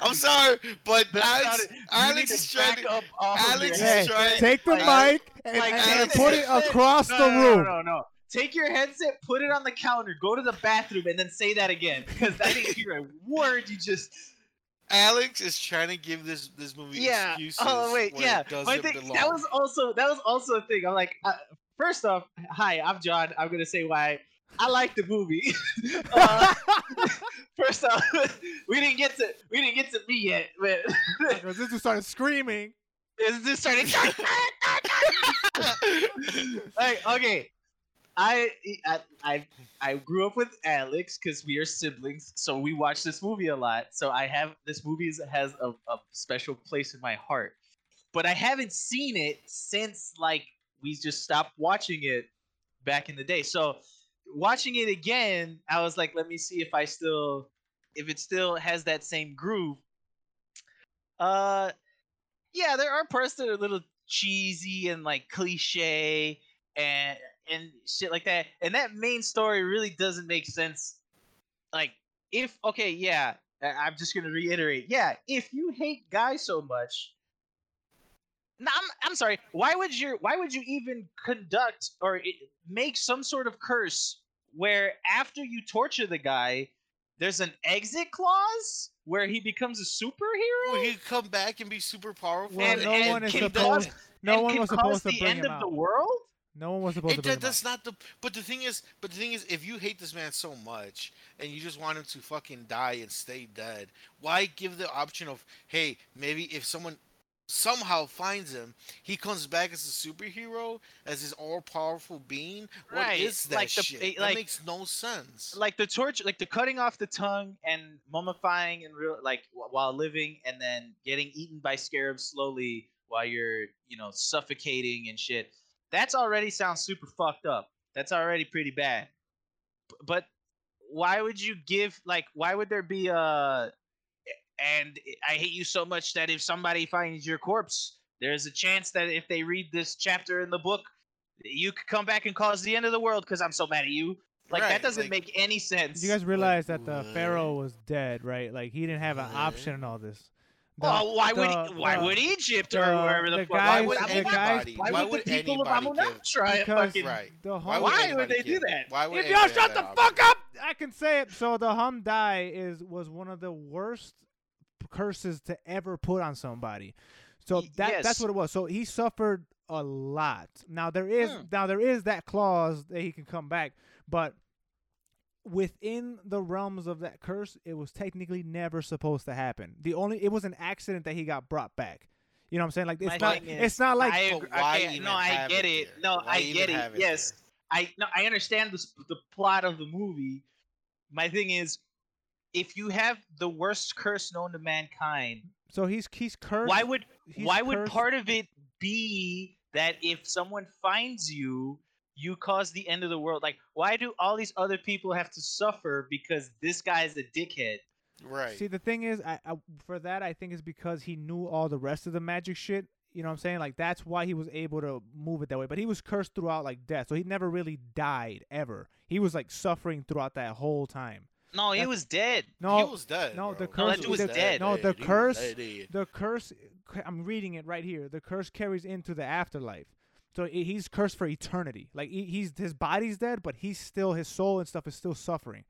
[SPEAKER 3] I'm sorry, but
[SPEAKER 2] That
[SPEAKER 3] Alex,
[SPEAKER 2] sounded- you
[SPEAKER 3] Alex
[SPEAKER 2] need
[SPEAKER 3] is
[SPEAKER 2] to
[SPEAKER 3] trying
[SPEAKER 2] back
[SPEAKER 3] to.
[SPEAKER 2] up off of
[SPEAKER 3] Alex
[SPEAKER 2] your
[SPEAKER 1] Hey,
[SPEAKER 2] head.
[SPEAKER 3] is trying.
[SPEAKER 1] Take the
[SPEAKER 2] Like-
[SPEAKER 1] mic and,
[SPEAKER 2] like
[SPEAKER 1] and
[SPEAKER 3] Alex
[SPEAKER 1] put
[SPEAKER 2] is-
[SPEAKER 1] it across
[SPEAKER 2] No,
[SPEAKER 1] the
[SPEAKER 2] no, no,
[SPEAKER 1] room.
[SPEAKER 2] No, no, no. Take your headset, put it on the counter, go to the bathroom, and then say that again. Because I didn't hear a word you just.
[SPEAKER 3] Alex is trying to give this this movie
[SPEAKER 2] Yeah.
[SPEAKER 3] excuses.
[SPEAKER 2] Oh wait,
[SPEAKER 3] when
[SPEAKER 2] yeah.
[SPEAKER 3] It
[SPEAKER 2] My
[SPEAKER 3] doesn't
[SPEAKER 2] thing-
[SPEAKER 3] belong.
[SPEAKER 2] that was also that was also a thing. I'm like, uh, first off, hi, I'm John. I'm gonna say why I like the movie. uh, first off, we didn't get to we didn't get to me yet, but
[SPEAKER 1] Because this dude started screaming.
[SPEAKER 2] it's just starting. like, okay. I, I I I grew up with Alex because we are siblings, so we watch this movie a lot. So I have this movie is, has a, a special place in my heart, but I haven't seen it since like we just stopped watching it back in the day. So watching it again, I was like, let me see if I still if it still has that same groove. Uh, yeah, there are parts that are a little cheesy and like cliche and and shit like that. And that main story really doesn't make sense. Like, if okay, yeah, I- I'm just gonna reiterate, yeah, if you hate Guy so much, no, I'm, I'm sorry. Why would you why would you even conduct or i- make some sort of curse where after you torture the guy, there's an exit clause where he becomes a superhero?
[SPEAKER 3] Will he come back and be super powerful?
[SPEAKER 1] Well,
[SPEAKER 2] And-
[SPEAKER 1] no
[SPEAKER 2] and
[SPEAKER 1] one is
[SPEAKER 2] can
[SPEAKER 1] supposed.
[SPEAKER 2] cause-
[SPEAKER 1] No
[SPEAKER 2] and
[SPEAKER 1] one
[SPEAKER 2] can
[SPEAKER 1] was
[SPEAKER 2] cause
[SPEAKER 1] supposed to
[SPEAKER 2] the
[SPEAKER 1] bring
[SPEAKER 2] end
[SPEAKER 1] him
[SPEAKER 2] of
[SPEAKER 1] out.
[SPEAKER 2] the world?
[SPEAKER 1] No one was supposed
[SPEAKER 3] It,
[SPEAKER 1] to bring him
[SPEAKER 3] that,
[SPEAKER 1] out.
[SPEAKER 3] that's not the. But the thing is, but the thing is, if you hate this man so much and you just want him to fucking die and stay dead, why give the option of, hey, maybe if someone somehow finds him, he comes back as a superhero, as this all-powerful being. What
[SPEAKER 2] Right,
[SPEAKER 3] is that
[SPEAKER 2] like the-
[SPEAKER 3] shit?
[SPEAKER 2] it-
[SPEAKER 3] that
[SPEAKER 2] like-
[SPEAKER 3] makes no sense.
[SPEAKER 2] like the torture like the cutting off the tongue and mummifying and real like wh- while living and then getting eaten by scarabs slowly while you're you know suffocating and shit that's already sounds super fucked up that's already pretty bad B- but why would you give like why would there be uh, a and i hate you so much that if somebody finds your corpse there's a chance that if they read this chapter in the book you could come back and cause the end of the world because i'm so mad at you like
[SPEAKER 3] Right,
[SPEAKER 2] that doesn't
[SPEAKER 3] like-
[SPEAKER 2] make any sense
[SPEAKER 1] You guys realize that the
[SPEAKER 3] what?
[SPEAKER 1] pharaoh was dead, right? Like he didn't have an
[SPEAKER 3] What?
[SPEAKER 1] option in all this. The-
[SPEAKER 2] well, Oh, why would
[SPEAKER 1] the-
[SPEAKER 2] why
[SPEAKER 1] the-
[SPEAKER 2] would Egypt
[SPEAKER 1] the-
[SPEAKER 2] or wherever the,
[SPEAKER 1] the
[SPEAKER 2] fuck? Why
[SPEAKER 1] guys-
[SPEAKER 2] would
[SPEAKER 1] the
[SPEAKER 2] Abu Dhabi-
[SPEAKER 1] guys-
[SPEAKER 3] anybody?
[SPEAKER 2] Why, would the people of
[SPEAKER 3] anybody
[SPEAKER 2] Abu
[SPEAKER 3] give-
[SPEAKER 2] Dhabi try it?
[SPEAKER 1] Because-
[SPEAKER 2] Fucking,
[SPEAKER 3] Right.
[SPEAKER 1] The
[SPEAKER 3] Why
[SPEAKER 1] hum-
[SPEAKER 3] would
[SPEAKER 2] why would
[SPEAKER 3] anybody
[SPEAKER 2] they do
[SPEAKER 3] give-
[SPEAKER 2] that?
[SPEAKER 3] Why would
[SPEAKER 1] if y'all
[SPEAKER 3] anybody
[SPEAKER 1] shut the
[SPEAKER 3] have that
[SPEAKER 1] fuck
[SPEAKER 3] option?
[SPEAKER 1] up, I can say it. So the hum die is was one of the worst curses to ever put on somebody. So
[SPEAKER 2] Y-
[SPEAKER 1] that that's
[SPEAKER 2] yes.
[SPEAKER 1] what it was. So he suffered a lot. Now there is
[SPEAKER 3] Hmm.
[SPEAKER 1] now there is that clause that he can come back, but within the realms of that curse, it was technically never supposed to happen. The only it was an accident that he got brought back. You know what I'm saying? Like it's
[SPEAKER 2] My
[SPEAKER 1] not
[SPEAKER 2] thing is,
[SPEAKER 1] it's not like
[SPEAKER 2] I
[SPEAKER 3] But
[SPEAKER 2] agree.
[SPEAKER 3] why
[SPEAKER 2] okay,
[SPEAKER 3] even
[SPEAKER 2] no, I
[SPEAKER 3] have
[SPEAKER 2] get it.
[SPEAKER 3] there?
[SPEAKER 2] No,
[SPEAKER 3] Why
[SPEAKER 2] I
[SPEAKER 3] even
[SPEAKER 2] get it.
[SPEAKER 3] have
[SPEAKER 2] Yes,
[SPEAKER 3] there?
[SPEAKER 2] I no, I understand the s- the plot of the movie. My thing is, if you have the worst curse known to mankind,
[SPEAKER 1] so he's he's cursed.
[SPEAKER 2] why would
[SPEAKER 1] he's
[SPEAKER 2] why would
[SPEAKER 1] cursed.
[SPEAKER 2] part of it be that if someone finds you you cause the end of the world like why do all these other people have to suffer because this guy is a dickhead
[SPEAKER 3] Right.
[SPEAKER 1] See, the thing is, I, I for that I think is because he knew all the rest of the magic shit. You know what I'm saying? Like that's why he was able to move it that way. But he was cursed throughout like death, so he never really died ever. He was like suffering throughout that whole time.
[SPEAKER 2] no he
[SPEAKER 1] That's-
[SPEAKER 2] was dead
[SPEAKER 1] No,
[SPEAKER 3] he was dead.
[SPEAKER 1] no, the
[SPEAKER 3] bro.
[SPEAKER 2] No, that curse- dude was the- dead.
[SPEAKER 1] no, the
[SPEAKER 3] He was
[SPEAKER 1] curse-
[SPEAKER 3] dead.
[SPEAKER 1] the curse. I'm reading it right here. The curse carries into the afterlife, so i- he's cursed for eternity. Like he, he's his body's dead, but he's still his soul and stuff is still suffering.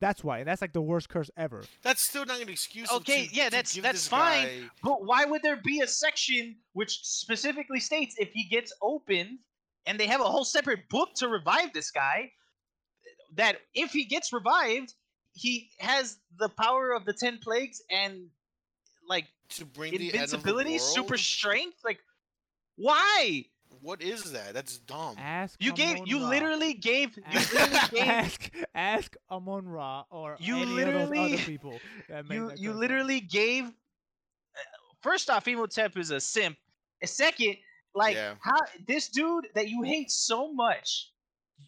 [SPEAKER 1] That's why. That's like the worst curse ever.
[SPEAKER 3] That's still not an excuse.
[SPEAKER 2] Okay,
[SPEAKER 3] to,
[SPEAKER 2] yeah,
[SPEAKER 3] to
[SPEAKER 2] that's-
[SPEAKER 3] give
[SPEAKER 2] that's
[SPEAKER 3] this
[SPEAKER 2] fine.
[SPEAKER 3] guy-
[SPEAKER 2] but why would there be a section which specifically states if he gets opened and they have a whole separate book to revive this guy that if he gets revived he has the power of the 10 plagues and like
[SPEAKER 3] to bring the end of the
[SPEAKER 2] invincibility,
[SPEAKER 3] world?
[SPEAKER 2] super strength. Like, why?
[SPEAKER 3] What is that? That's dumb.
[SPEAKER 1] Ask
[SPEAKER 2] You gave,
[SPEAKER 1] Amon
[SPEAKER 2] you
[SPEAKER 1] Ra.
[SPEAKER 2] literally gave, you
[SPEAKER 1] Ask-
[SPEAKER 2] literally gave,
[SPEAKER 1] ask ask Amon Ra or
[SPEAKER 2] You
[SPEAKER 1] any of those
[SPEAKER 2] literally-
[SPEAKER 1] other people. That made
[SPEAKER 2] you,
[SPEAKER 1] that
[SPEAKER 2] you
[SPEAKER 1] curse up.
[SPEAKER 2] literally gave. uh, First off, Emotep is a simp. And Second, like
[SPEAKER 3] Yeah.
[SPEAKER 2] how this dude that you hate so much,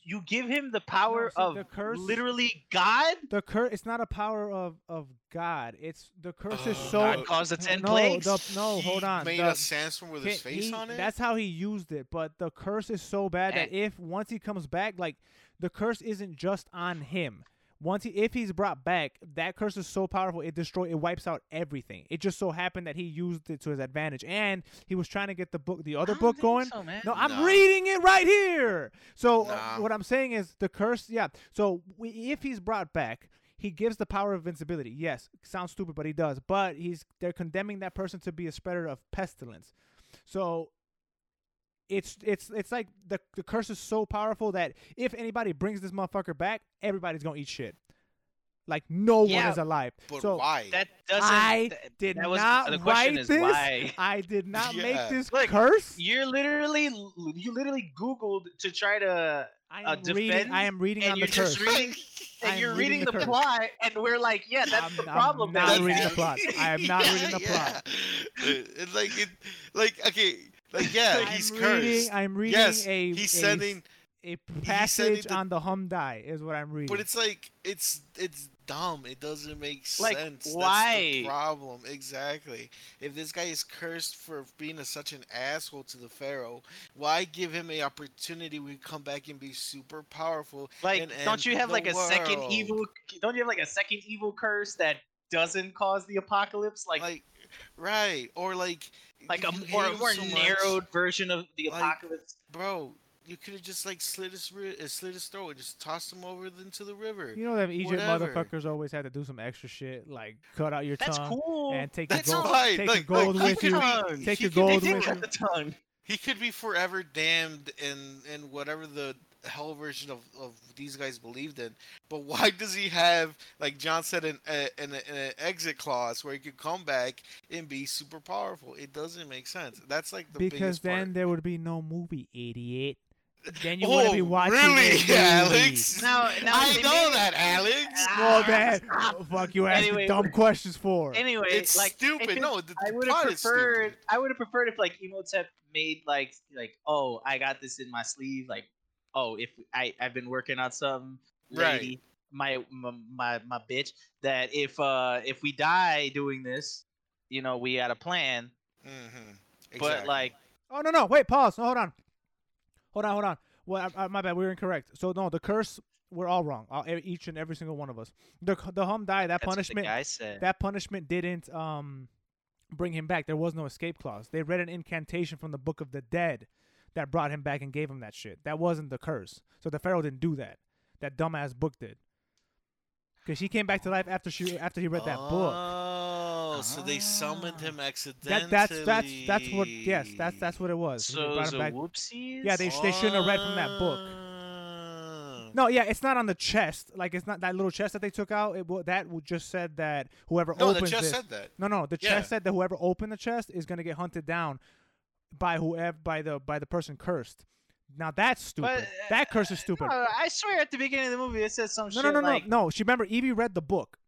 [SPEAKER 2] you give him the power
[SPEAKER 1] see,
[SPEAKER 2] of
[SPEAKER 1] the curse-
[SPEAKER 2] literally God.
[SPEAKER 1] the curse. It's not a power of of God. It's the curse is
[SPEAKER 3] Oh,
[SPEAKER 1] so.
[SPEAKER 3] God
[SPEAKER 2] God caused the ten
[SPEAKER 1] no,
[SPEAKER 2] plagues.
[SPEAKER 1] the- no, hold
[SPEAKER 3] He
[SPEAKER 1] on.
[SPEAKER 3] Made
[SPEAKER 1] the-
[SPEAKER 3] a sandstorm with
[SPEAKER 1] he-
[SPEAKER 3] his face
[SPEAKER 1] he-
[SPEAKER 3] on it.
[SPEAKER 1] That's how he used it. But the curse is so bad that
[SPEAKER 2] And-
[SPEAKER 1] if once he comes back, like the curse isn't just on him. Once he, if he's brought back, that curse is so powerful it destroy, it wipes out everything. It just so happened that he used it to his advantage, and he was trying to get the book, the other book going. No, I'm
[SPEAKER 3] Nah.
[SPEAKER 1] reading it right here. So uh,
[SPEAKER 3] Nah.
[SPEAKER 1] what I'm saying is the curse. Yeah. So we, if he's brought back, he gives the power of invincibility. Yes, sounds stupid, but he does. But he's they're condemning that person to be a spreader of pestilence. So it's it's it's like the the curse is so powerful that if anybody brings this motherfucker back, everybody's gonna eat shit. Like no
[SPEAKER 2] Yeah,
[SPEAKER 1] one is alive.
[SPEAKER 3] but
[SPEAKER 1] so
[SPEAKER 3] why?
[SPEAKER 2] That doesn't.
[SPEAKER 1] I
[SPEAKER 2] th-
[SPEAKER 1] did
[SPEAKER 2] that was,
[SPEAKER 1] not
[SPEAKER 2] the question
[SPEAKER 1] write
[SPEAKER 2] is
[SPEAKER 1] this.
[SPEAKER 2] why.
[SPEAKER 1] I did not
[SPEAKER 3] Yeah.
[SPEAKER 1] make this
[SPEAKER 2] Look,
[SPEAKER 1] curse.
[SPEAKER 2] You're literally, you literally Googled to try to
[SPEAKER 1] I
[SPEAKER 2] uh,
[SPEAKER 1] am reading. I
[SPEAKER 2] defend,
[SPEAKER 1] am reading
[SPEAKER 2] and
[SPEAKER 1] on the
[SPEAKER 2] you're
[SPEAKER 1] curse.
[SPEAKER 2] just reading and
[SPEAKER 1] I'm
[SPEAKER 2] you're
[SPEAKER 1] reading
[SPEAKER 2] reading,
[SPEAKER 1] the
[SPEAKER 2] the,
[SPEAKER 1] curse.
[SPEAKER 2] plot and we're like yeah that's
[SPEAKER 1] I'm-
[SPEAKER 2] the
[SPEAKER 1] I'm
[SPEAKER 2] problem
[SPEAKER 1] not
[SPEAKER 2] that we
[SPEAKER 1] reading the
[SPEAKER 2] have.
[SPEAKER 1] plot. I am not reading the plot.
[SPEAKER 3] Yeah. It- It's like it, like okay, like yeah,
[SPEAKER 1] I'm
[SPEAKER 3] he's
[SPEAKER 1] reading,
[SPEAKER 3] cursed.
[SPEAKER 1] I'm reading
[SPEAKER 3] yes,
[SPEAKER 1] a.
[SPEAKER 3] he's
[SPEAKER 1] a-
[SPEAKER 3] sending.
[SPEAKER 1] a
[SPEAKER 3] he
[SPEAKER 1] passage
[SPEAKER 3] did-
[SPEAKER 1] on the Hyundai is what I'm reading.
[SPEAKER 3] But it's like it's it's dumb. It doesn't make
[SPEAKER 2] Like,
[SPEAKER 3] sense. That's
[SPEAKER 2] why?
[SPEAKER 3] the problem exactly? If this guy is cursed for being a, such an asshole to the pharaoh, why give him a opportunity to come back and be super powerful?
[SPEAKER 2] Like,
[SPEAKER 3] and
[SPEAKER 2] don't you
[SPEAKER 3] end
[SPEAKER 2] have
[SPEAKER 3] the
[SPEAKER 2] like a second
[SPEAKER 3] world?
[SPEAKER 2] evil? Don't you have like a second evil curse that doesn't cause the apocalypse? Like,
[SPEAKER 3] Like,
[SPEAKER 2] like,
[SPEAKER 3] right or like
[SPEAKER 2] a
[SPEAKER 3] you hate
[SPEAKER 2] more,
[SPEAKER 3] him
[SPEAKER 2] more
[SPEAKER 3] so much,
[SPEAKER 2] narrowed version of the
[SPEAKER 3] Like,
[SPEAKER 2] apocalypse.
[SPEAKER 3] bro. You could have just like slit his ri- uh, slit his throat and just tossed him over into the river.
[SPEAKER 1] you know them Egypt
[SPEAKER 3] whatever.
[SPEAKER 1] motherfuckers always had to do some extra shit, like cut out your
[SPEAKER 2] That's
[SPEAKER 1] tongue
[SPEAKER 2] cool.
[SPEAKER 1] and take
[SPEAKER 3] That's
[SPEAKER 1] your gold,
[SPEAKER 3] alright.
[SPEAKER 1] take
[SPEAKER 3] Like,
[SPEAKER 1] your gold
[SPEAKER 3] like, he
[SPEAKER 1] with you.
[SPEAKER 3] could be-
[SPEAKER 1] Take
[SPEAKER 3] he
[SPEAKER 1] your
[SPEAKER 3] could be
[SPEAKER 1] gold
[SPEAKER 2] they
[SPEAKER 1] with
[SPEAKER 2] did
[SPEAKER 1] you.
[SPEAKER 2] cut the tongue.
[SPEAKER 3] He could be forever damned in in whatever the hell version of, of these guys believed in. But why does he have, like John said, an a, an, an exit clause where he could come back and be super powerful? It doesn't make sense. That's like the
[SPEAKER 1] because
[SPEAKER 3] biggest
[SPEAKER 1] then
[SPEAKER 3] part.
[SPEAKER 1] there would be no movie, idiot. Then you
[SPEAKER 3] oh,
[SPEAKER 1] wouldn't be watching
[SPEAKER 3] really,
[SPEAKER 1] a movie.
[SPEAKER 3] Alex?
[SPEAKER 2] Now, now
[SPEAKER 3] I
[SPEAKER 2] they
[SPEAKER 3] know
[SPEAKER 2] made-
[SPEAKER 3] that, Alex.
[SPEAKER 1] Oh
[SPEAKER 2] Ah,
[SPEAKER 1] man,
[SPEAKER 2] stop.
[SPEAKER 1] Oh, fuck you asked
[SPEAKER 2] Anyway,
[SPEAKER 1] me dumb questions for.
[SPEAKER 2] Anyway,
[SPEAKER 3] It's
[SPEAKER 2] like they
[SPEAKER 3] stupid.
[SPEAKER 2] could-
[SPEAKER 3] No, the,
[SPEAKER 2] I
[SPEAKER 3] the
[SPEAKER 2] would have
[SPEAKER 3] plot is
[SPEAKER 2] preferred.
[SPEAKER 3] stupid.
[SPEAKER 2] I would have preferred if like Emotep made like like oh I got this in my sleeve like oh if I I've been working on something
[SPEAKER 3] Right.
[SPEAKER 2] lady my, my my my bitch that if uh if we die doing this you know we had a plan
[SPEAKER 3] Mhm,
[SPEAKER 2] but
[SPEAKER 3] exactly.
[SPEAKER 2] like
[SPEAKER 1] Oh no no wait pause no, hold on, hold on hold on. Well I, I, my bad we were incorrect. So no the curse we're all wrong. All, e- each and every single one of us. The c- the hum died. That
[SPEAKER 2] that's what
[SPEAKER 1] punishment
[SPEAKER 2] the guy said
[SPEAKER 1] that punishment didn't um bring him back. There was no escape clause. They read an incantation from the Book of the Dead that brought him back and gave him that shit. That wasn't the curse. So the pharaoh didn't do that. That dumbass book did. Cause she came back to life after she after he read that book.
[SPEAKER 3] Oh, so they summoned
[SPEAKER 2] Ah.
[SPEAKER 3] him accidentally.
[SPEAKER 1] That that's that's that's what yes that's that's what it was. They
[SPEAKER 2] so
[SPEAKER 1] brought
[SPEAKER 2] it's
[SPEAKER 1] him
[SPEAKER 2] a
[SPEAKER 1] back-
[SPEAKER 2] whoopsies
[SPEAKER 1] Yeah, they sh- shouldn't have read from that book.
[SPEAKER 3] book.
[SPEAKER 1] No, yeah, it's not on the chest. Like it's not that little chest that they took out. It wa- that w- just said that whoever
[SPEAKER 3] No, that
[SPEAKER 1] opens
[SPEAKER 3] just
[SPEAKER 1] this.
[SPEAKER 3] said that.
[SPEAKER 1] no, no, the
[SPEAKER 3] Yeah.
[SPEAKER 1] chest said that whoever opened the chest is gonna get hunted down by whoever by the by the person cursed. Now that's stupid.
[SPEAKER 2] But, uh,
[SPEAKER 1] that curse is stupid.
[SPEAKER 2] Oh, No, I swear at the beginning of the movie it says some
[SPEAKER 1] no,
[SPEAKER 2] shit
[SPEAKER 1] no, no,
[SPEAKER 2] like,
[SPEAKER 1] no, no. She remember Evie read the book.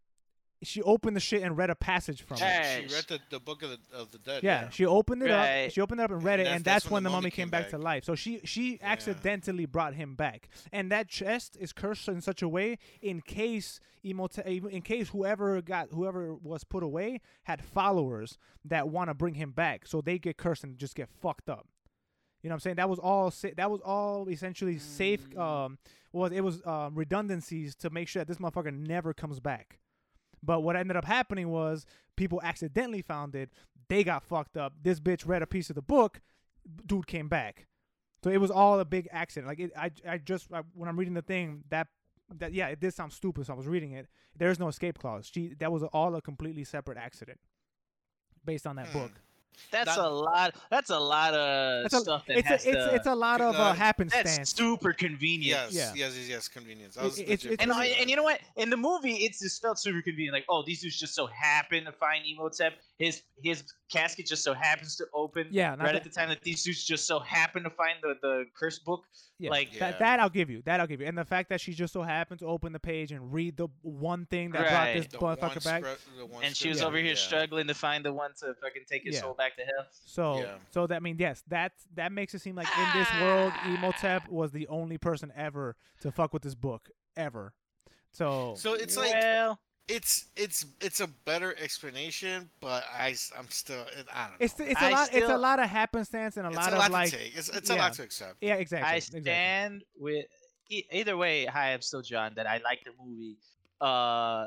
[SPEAKER 1] She opened the shit and read a passage from
[SPEAKER 3] She,
[SPEAKER 1] it.
[SPEAKER 2] Trash.
[SPEAKER 3] she read the, the book of the, of the dead.
[SPEAKER 1] Yeah, she opened it up.
[SPEAKER 2] Right.
[SPEAKER 1] She opened it up and read it,
[SPEAKER 3] that's-
[SPEAKER 1] and
[SPEAKER 3] that's
[SPEAKER 1] that's when the mummy came back, to
[SPEAKER 3] back.
[SPEAKER 1] life. So she she
[SPEAKER 3] Yeah.
[SPEAKER 1] accidentally brought him back, and that chest is cursed in such a way in case Imhotep, uh, in case whoever got whoever was put away had followers that want to bring him back, so they get cursed and just get fucked up. You know what I'm saying? That was all. Sa- that was all essentially safe. Um, was it was um, redundancies to make sure that this motherfucker never comes back. But what ended up happening was people accidentally found it. They got fucked up. This bitch read a piece of the book. Dude came back. So it was all a big accident. Like it, I, I just I, when I'm reading the thing that that yeah, it did sound stupid. So I was reading it. There is no escape clause. She that was all a completely separate accident based on that
[SPEAKER 3] Hmm.
[SPEAKER 1] book.
[SPEAKER 2] that's
[SPEAKER 3] That-
[SPEAKER 2] a lot that's a lot of
[SPEAKER 1] That's a-
[SPEAKER 2] stuff that
[SPEAKER 1] it's
[SPEAKER 2] has
[SPEAKER 1] a, it's,
[SPEAKER 2] to
[SPEAKER 1] it's a lot of
[SPEAKER 3] That-
[SPEAKER 1] uh,
[SPEAKER 3] that's
[SPEAKER 1] happenstance.
[SPEAKER 2] that's super convenient
[SPEAKER 3] Yes,
[SPEAKER 1] Yeah.
[SPEAKER 3] yes, yes, yes, convenience.
[SPEAKER 1] It-
[SPEAKER 3] That was
[SPEAKER 1] it's-
[SPEAKER 3] legit
[SPEAKER 1] it's-
[SPEAKER 2] And, I-
[SPEAKER 3] convenient.
[SPEAKER 2] and you know what? In the movie, it's just felt super convenient. Like, oh, these dudes just so happen to find Emotep. His his casket just so happens to open.
[SPEAKER 1] Yeah, not
[SPEAKER 2] Right
[SPEAKER 1] that-
[SPEAKER 2] at the time that these dudes just so happen to find the the curse book.
[SPEAKER 1] Yeah.
[SPEAKER 2] Like,
[SPEAKER 3] Yeah.
[SPEAKER 1] That, that I'll give you. That I'll give you. And the fact that she just so happened to open the page and read the one thing that brought
[SPEAKER 2] Right.
[SPEAKER 1] this
[SPEAKER 3] The one
[SPEAKER 1] motherfucker back.
[SPEAKER 3] scrub- the one
[SPEAKER 2] and she
[SPEAKER 3] scrub-
[SPEAKER 2] was over here
[SPEAKER 3] yeah.
[SPEAKER 2] struggling to find the one to fucking take his
[SPEAKER 1] Yeah.
[SPEAKER 2] soul back to hell.
[SPEAKER 1] So,
[SPEAKER 3] Yeah.
[SPEAKER 1] so that mean yes, that that makes it seem like in this world,
[SPEAKER 2] Ah.
[SPEAKER 1] Emotep was the only person ever to fuck with this book ever. So,
[SPEAKER 3] So it's like
[SPEAKER 2] well,
[SPEAKER 3] it's it's it's a better explanation, but I am still I don't know.
[SPEAKER 1] it's it's a
[SPEAKER 2] I
[SPEAKER 1] lot. it's a
[SPEAKER 2] still-
[SPEAKER 1] lot of happenstance and a
[SPEAKER 3] It's
[SPEAKER 1] lot
[SPEAKER 3] a
[SPEAKER 1] of
[SPEAKER 3] lot
[SPEAKER 1] like
[SPEAKER 3] to take. It's, it's a
[SPEAKER 1] yeah.
[SPEAKER 3] lot to accept.
[SPEAKER 1] yeah, exactly.
[SPEAKER 2] I
[SPEAKER 1] exactly.
[SPEAKER 2] stand with e- either way. Hi, I'm still John. That I like the movie. Uh,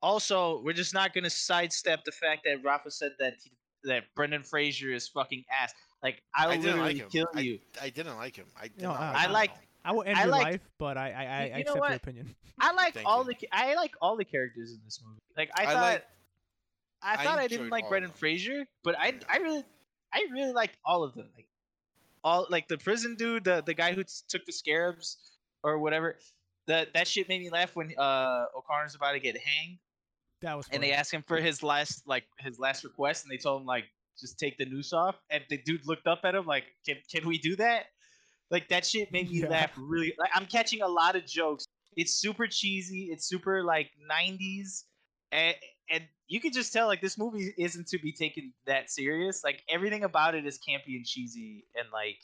[SPEAKER 2] also, we're just not gonna sidestep the fact that Rafa said that he, that Brendan Fraser is fucking ass. Like I will
[SPEAKER 3] I didn't
[SPEAKER 2] literally
[SPEAKER 3] like him.
[SPEAKER 2] kill
[SPEAKER 3] I,
[SPEAKER 2] you.
[SPEAKER 3] I didn't like him. I did
[SPEAKER 1] No, uh,
[SPEAKER 3] not
[SPEAKER 1] I-
[SPEAKER 2] I
[SPEAKER 3] him at
[SPEAKER 2] like-
[SPEAKER 3] all.
[SPEAKER 1] I will end
[SPEAKER 2] I
[SPEAKER 1] your
[SPEAKER 2] like-
[SPEAKER 1] life, but I I, I
[SPEAKER 2] You- you know
[SPEAKER 1] accept your
[SPEAKER 2] what?
[SPEAKER 1] opinion.
[SPEAKER 2] I like
[SPEAKER 3] Thank
[SPEAKER 2] all
[SPEAKER 3] you.
[SPEAKER 2] the the I like all the characters in this movie. Like I
[SPEAKER 3] I
[SPEAKER 2] thought
[SPEAKER 3] like-
[SPEAKER 2] I
[SPEAKER 3] I
[SPEAKER 2] thought I,
[SPEAKER 3] enjoyed
[SPEAKER 2] didn't
[SPEAKER 3] all
[SPEAKER 2] like
[SPEAKER 3] of
[SPEAKER 2] Brendan
[SPEAKER 3] them.
[SPEAKER 2] Fraser, but I
[SPEAKER 3] Yeah.
[SPEAKER 2] I really I really liked all of them. Like all like the prison dude, the the guy who t- took the scarabs or whatever. That that shit made me laugh when uh O'Connor's about to get hanged
[SPEAKER 1] That was
[SPEAKER 2] and they
[SPEAKER 1] funny.
[SPEAKER 2] asked him for his last like his last request and they told him like just take the noose off and the dude looked up at him like can can we do that like that shit made me
[SPEAKER 1] Yeah.
[SPEAKER 2] laugh really like i'm catching a lot of jokes it's super cheesy it's super like 90s and and you can just tell like this movie isn't to be taken that serious like everything about it is campy and cheesy and like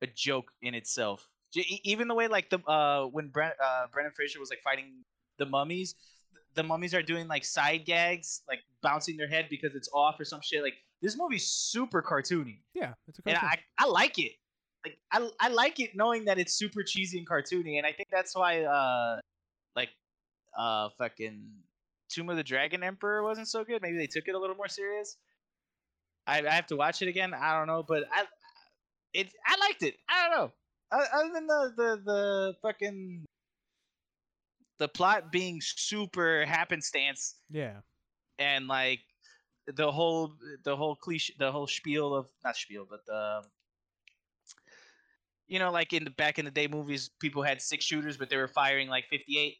[SPEAKER 2] a joke in itself J- e- even the way like the uh when Brent uh Brendan Fraser was like fighting the mummies, the mummies are doing like side gags, like bouncing their head because it's off or some shit. Like this movie's super cartoony,
[SPEAKER 1] Yeah, it's a
[SPEAKER 2] and
[SPEAKER 1] cartoon.
[SPEAKER 2] I I like it. Like I I like it knowing that it's super cheesy and cartoony, and I think that's why uh like uh fucking Tomb of the Dragon Emperor wasn't so good. Maybe they took it a little more serious. I I have to watch it again. I don't know, but I it I liked it. I don't know. O- Other than the the the fucking the plot being super happenstance
[SPEAKER 1] yeah,
[SPEAKER 2] and like the whole the whole cliche the whole spiel of not spiel but the you know like in the back in the day movies people had six shooters but they were firing like 58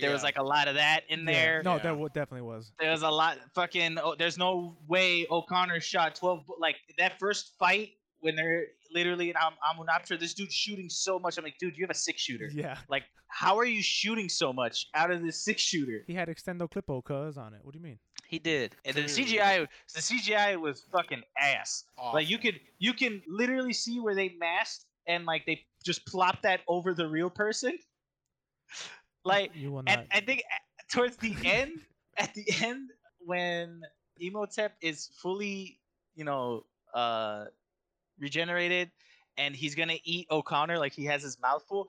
[SPEAKER 2] there was
[SPEAKER 3] Yeah.
[SPEAKER 2] like a lot of that in there
[SPEAKER 1] Yeah. No,
[SPEAKER 3] Yeah.
[SPEAKER 1] that w- definitely was.
[SPEAKER 2] there was a lot fucking oh, there's no way o'connor shot 12 bu- like that first fight when they're literally in Am- amunaptra this dude's shooting so much i'm like dude you have a six shooter
[SPEAKER 1] Yeah,
[SPEAKER 2] like how are you shooting so much out of this six shooter
[SPEAKER 1] he had extendo clipo cuz on it. What do you mean?
[SPEAKER 2] he did. And the
[SPEAKER 3] Clearly.
[SPEAKER 2] CGI, the CGI was fucking ass. Like you
[SPEAKER 3] Awful.
[SPEAKER 2] could, you can literally see where they masked and like they just plop that over the real person. Like,
[SPEAKER 1] you will not.
[SPEAKER 2] and I think a- towards the end, at the end when Emotep is fully, you know, uh regenerated, and he's gonna eat O'Connor like he has his mouth full.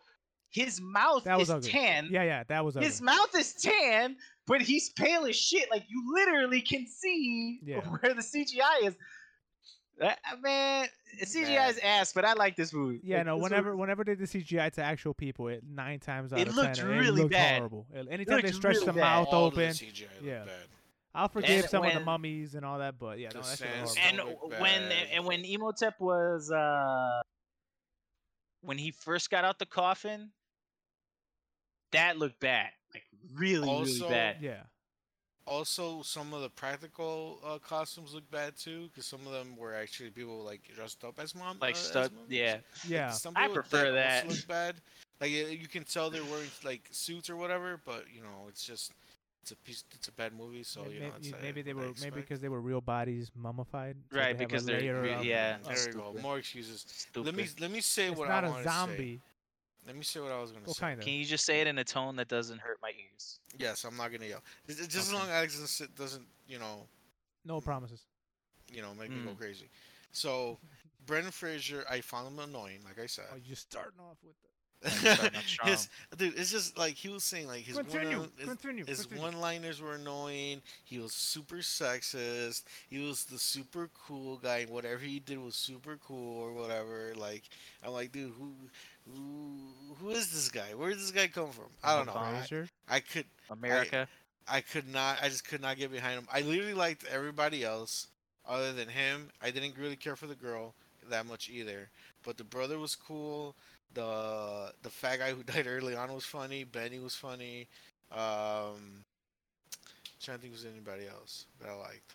[SPEAKER 2] His mouth
[SPEAKER 1] That was
[SPEAKER 2] is
[SPEAKER 1] ugly.
[SPEAKER 2] tan.
[SPEAKER 1] yeah, yeah, that was ugly.
[SPEAKER 2] His mouth is tan, but he's pale as shit. Like you literally can see
[SPEAKER 1] Yeah.
[SPEAKER 2] where the CGI is. Uh, man, CGI is ass, but I like this movie.
[SPEAKER 1] Yeah,
[SPEAKER 2] Like,
[SPEAKER 1] no.
[SPEAKER 2] this
[SPEAKER 1] Whenever, whenever they did CGI to actual people, it nine times out
[SPEAKER 2] It
[SPEAKER 1] of
[SPEAKER 2] looked
[SPEAKER 1] ten, it
[SPEAKER 2] really
[SPEAKER 1] looked
[SPEAKER 2] bad.
[SPEAKER 1] horrible. It- anytime they
[SPEAKER 2] looked
[SPEAKER 1] stretched
[SPEAKER 2] really
[SPEAKER 1] the
[SPEAKER 2] bad.
[SPEAKER 1] mouth
[SPEAKER 3] All of the
[SPEAKER 1] open,
[SPEAKER 3] CGI looked
[SPEAKER 1] yeah.
[SPEAKER 3] bad.
[SPEAKER 1] I'll forgive some of the
[SPEAKER 2] when-
[SPEAKER 1] mummies and all that, but yeah,
[SPEAKER 3] The
[SPEAKER 1] no, that shit was
[SPEAKER 3] sands-
[SPEAKER 2] was-
[SPEAKER 1] horrible.
[SPEAKER 2] and
[SPEAKER 3] look
[SPEAKER 2] when
[SPEAKER 3] bad.
[SPEAKER 2] and when Emotep was uh when he first got out the coffin, that looked bad. Like really,
[SPEAKER 3] Also- uh,
[SPEAKER 2] really bad.
[SPEAKER 1] yeah,
[SPEAKER 3] Also, some of the practical uh, costumes look bad too, because some of them were actually people like dressed up as mom.
[SPEAKER 2] Like
[SPEAKER 3] uh, as
[SPEAKER 2] stuck.
[SPEAKER 3] mummies.
[SPEAKER 2] Yeah.
[SPEAKER 1] yeah,
[SPEAKER 3] Some
[SPEAKER 2] I
[SPEAKER 3] people
[SPEAKER 2] prefer
[SPEAKER 3] that.
[SPEAKER 2] that.
[SPEAKER 3] Also look bad. Like uh, you can tell they're wearing like suits or whatever, but you know it's just it's a piece. It's a bad movie, so
[SPEAKER 1] May-
[SPEAKER 3] you know.
[SPEAKER 1] may-
[SPEAKER 3] it's, uh,
[SPEAKER 1] maybe they
[SPEAKER 3] what I
[SPEAKER 1] were maybe
[SPEAKER 3] expect.
[SPEAKER 1] because they were real bodies mummified, so
[SPEAKER 2] Right,
[SPEAKER 1] they have a
[SPEAKER 2] because they're
[SPEAKER 1] layer
[SPEAKER 2] re-
[SPEAKER 1] of-
[SPEAKER 2] yeah,
[SPEAKER 3] There
[SPEAKER 2] that's
[SPEAKER 3] we go.
[SPEAKER 2] stupid.
[SPEAKER 3] More excuses.
[SPEAKER 2] Stupid.
[SPEAKER 3] Let me let me say
[SPEAKER 1] It's
[SPEAKER 3] what
[SPEAKER 1] not
[SPEAKER 3] I
[SPEAKER 1] a
[SPEAKER 3] wanted to say.
[SPEAKER 1] zombie.
[SPEAKER 3] Let me say what I was gonna
[SPEAKER 1] Well,
[SPEAKER 3] say.
[SPEAKER 1] kind of.
[SPEAKER 2] Can you just say it in a tone that doesn't hurt my ears?
[SPEAKER 3] Yes, I'm not gonna yell. Just, just as
[SPEAKER 2] Okay.
[SPEAKER 3] long as Alex doesn't sit- doesn't you know
[SPEAKER 1] No promises.
[SPEAKER 3] you know make me go
[SPEAKER 2] Mm.
[SPEAKER 3] crazy. So, Brendan Fraser, I found him annoying. Like I said.
[SPEAKER 1] Oh, you're starting off with. The...
[SPEAKER 2] starting off strong.
[SPEAKER 3] his, dude, it's just like he was saying, like his
[SPEAKER 1] Continue,
[SPEAKER 3] one, his,
[SPEAKER 1] continue.
[SPEAKER 3] his
[SPEAKER 1] continue.
[SPEAKER 3] one-liners were annoying. He was super sexist. He was the super cool guy. and Whatever he did was super cool or whatever. Like I'm like, dude, who, who, who is this guy? Where did this guy come from? I don't know. I,
[SPEAKER 1] Fraser?
[SPEAKER 3] I could,
[SPEAKER 2] America.
[SPEAKER 3] I could not. I just could not get behind him. I literally liked everybody else other than him. I didn't really care for the girl that much either. But the brother was cool. The the fat guy who died early on was funny. Benny was funny. Um, trying to think if there was anybody else that I liked.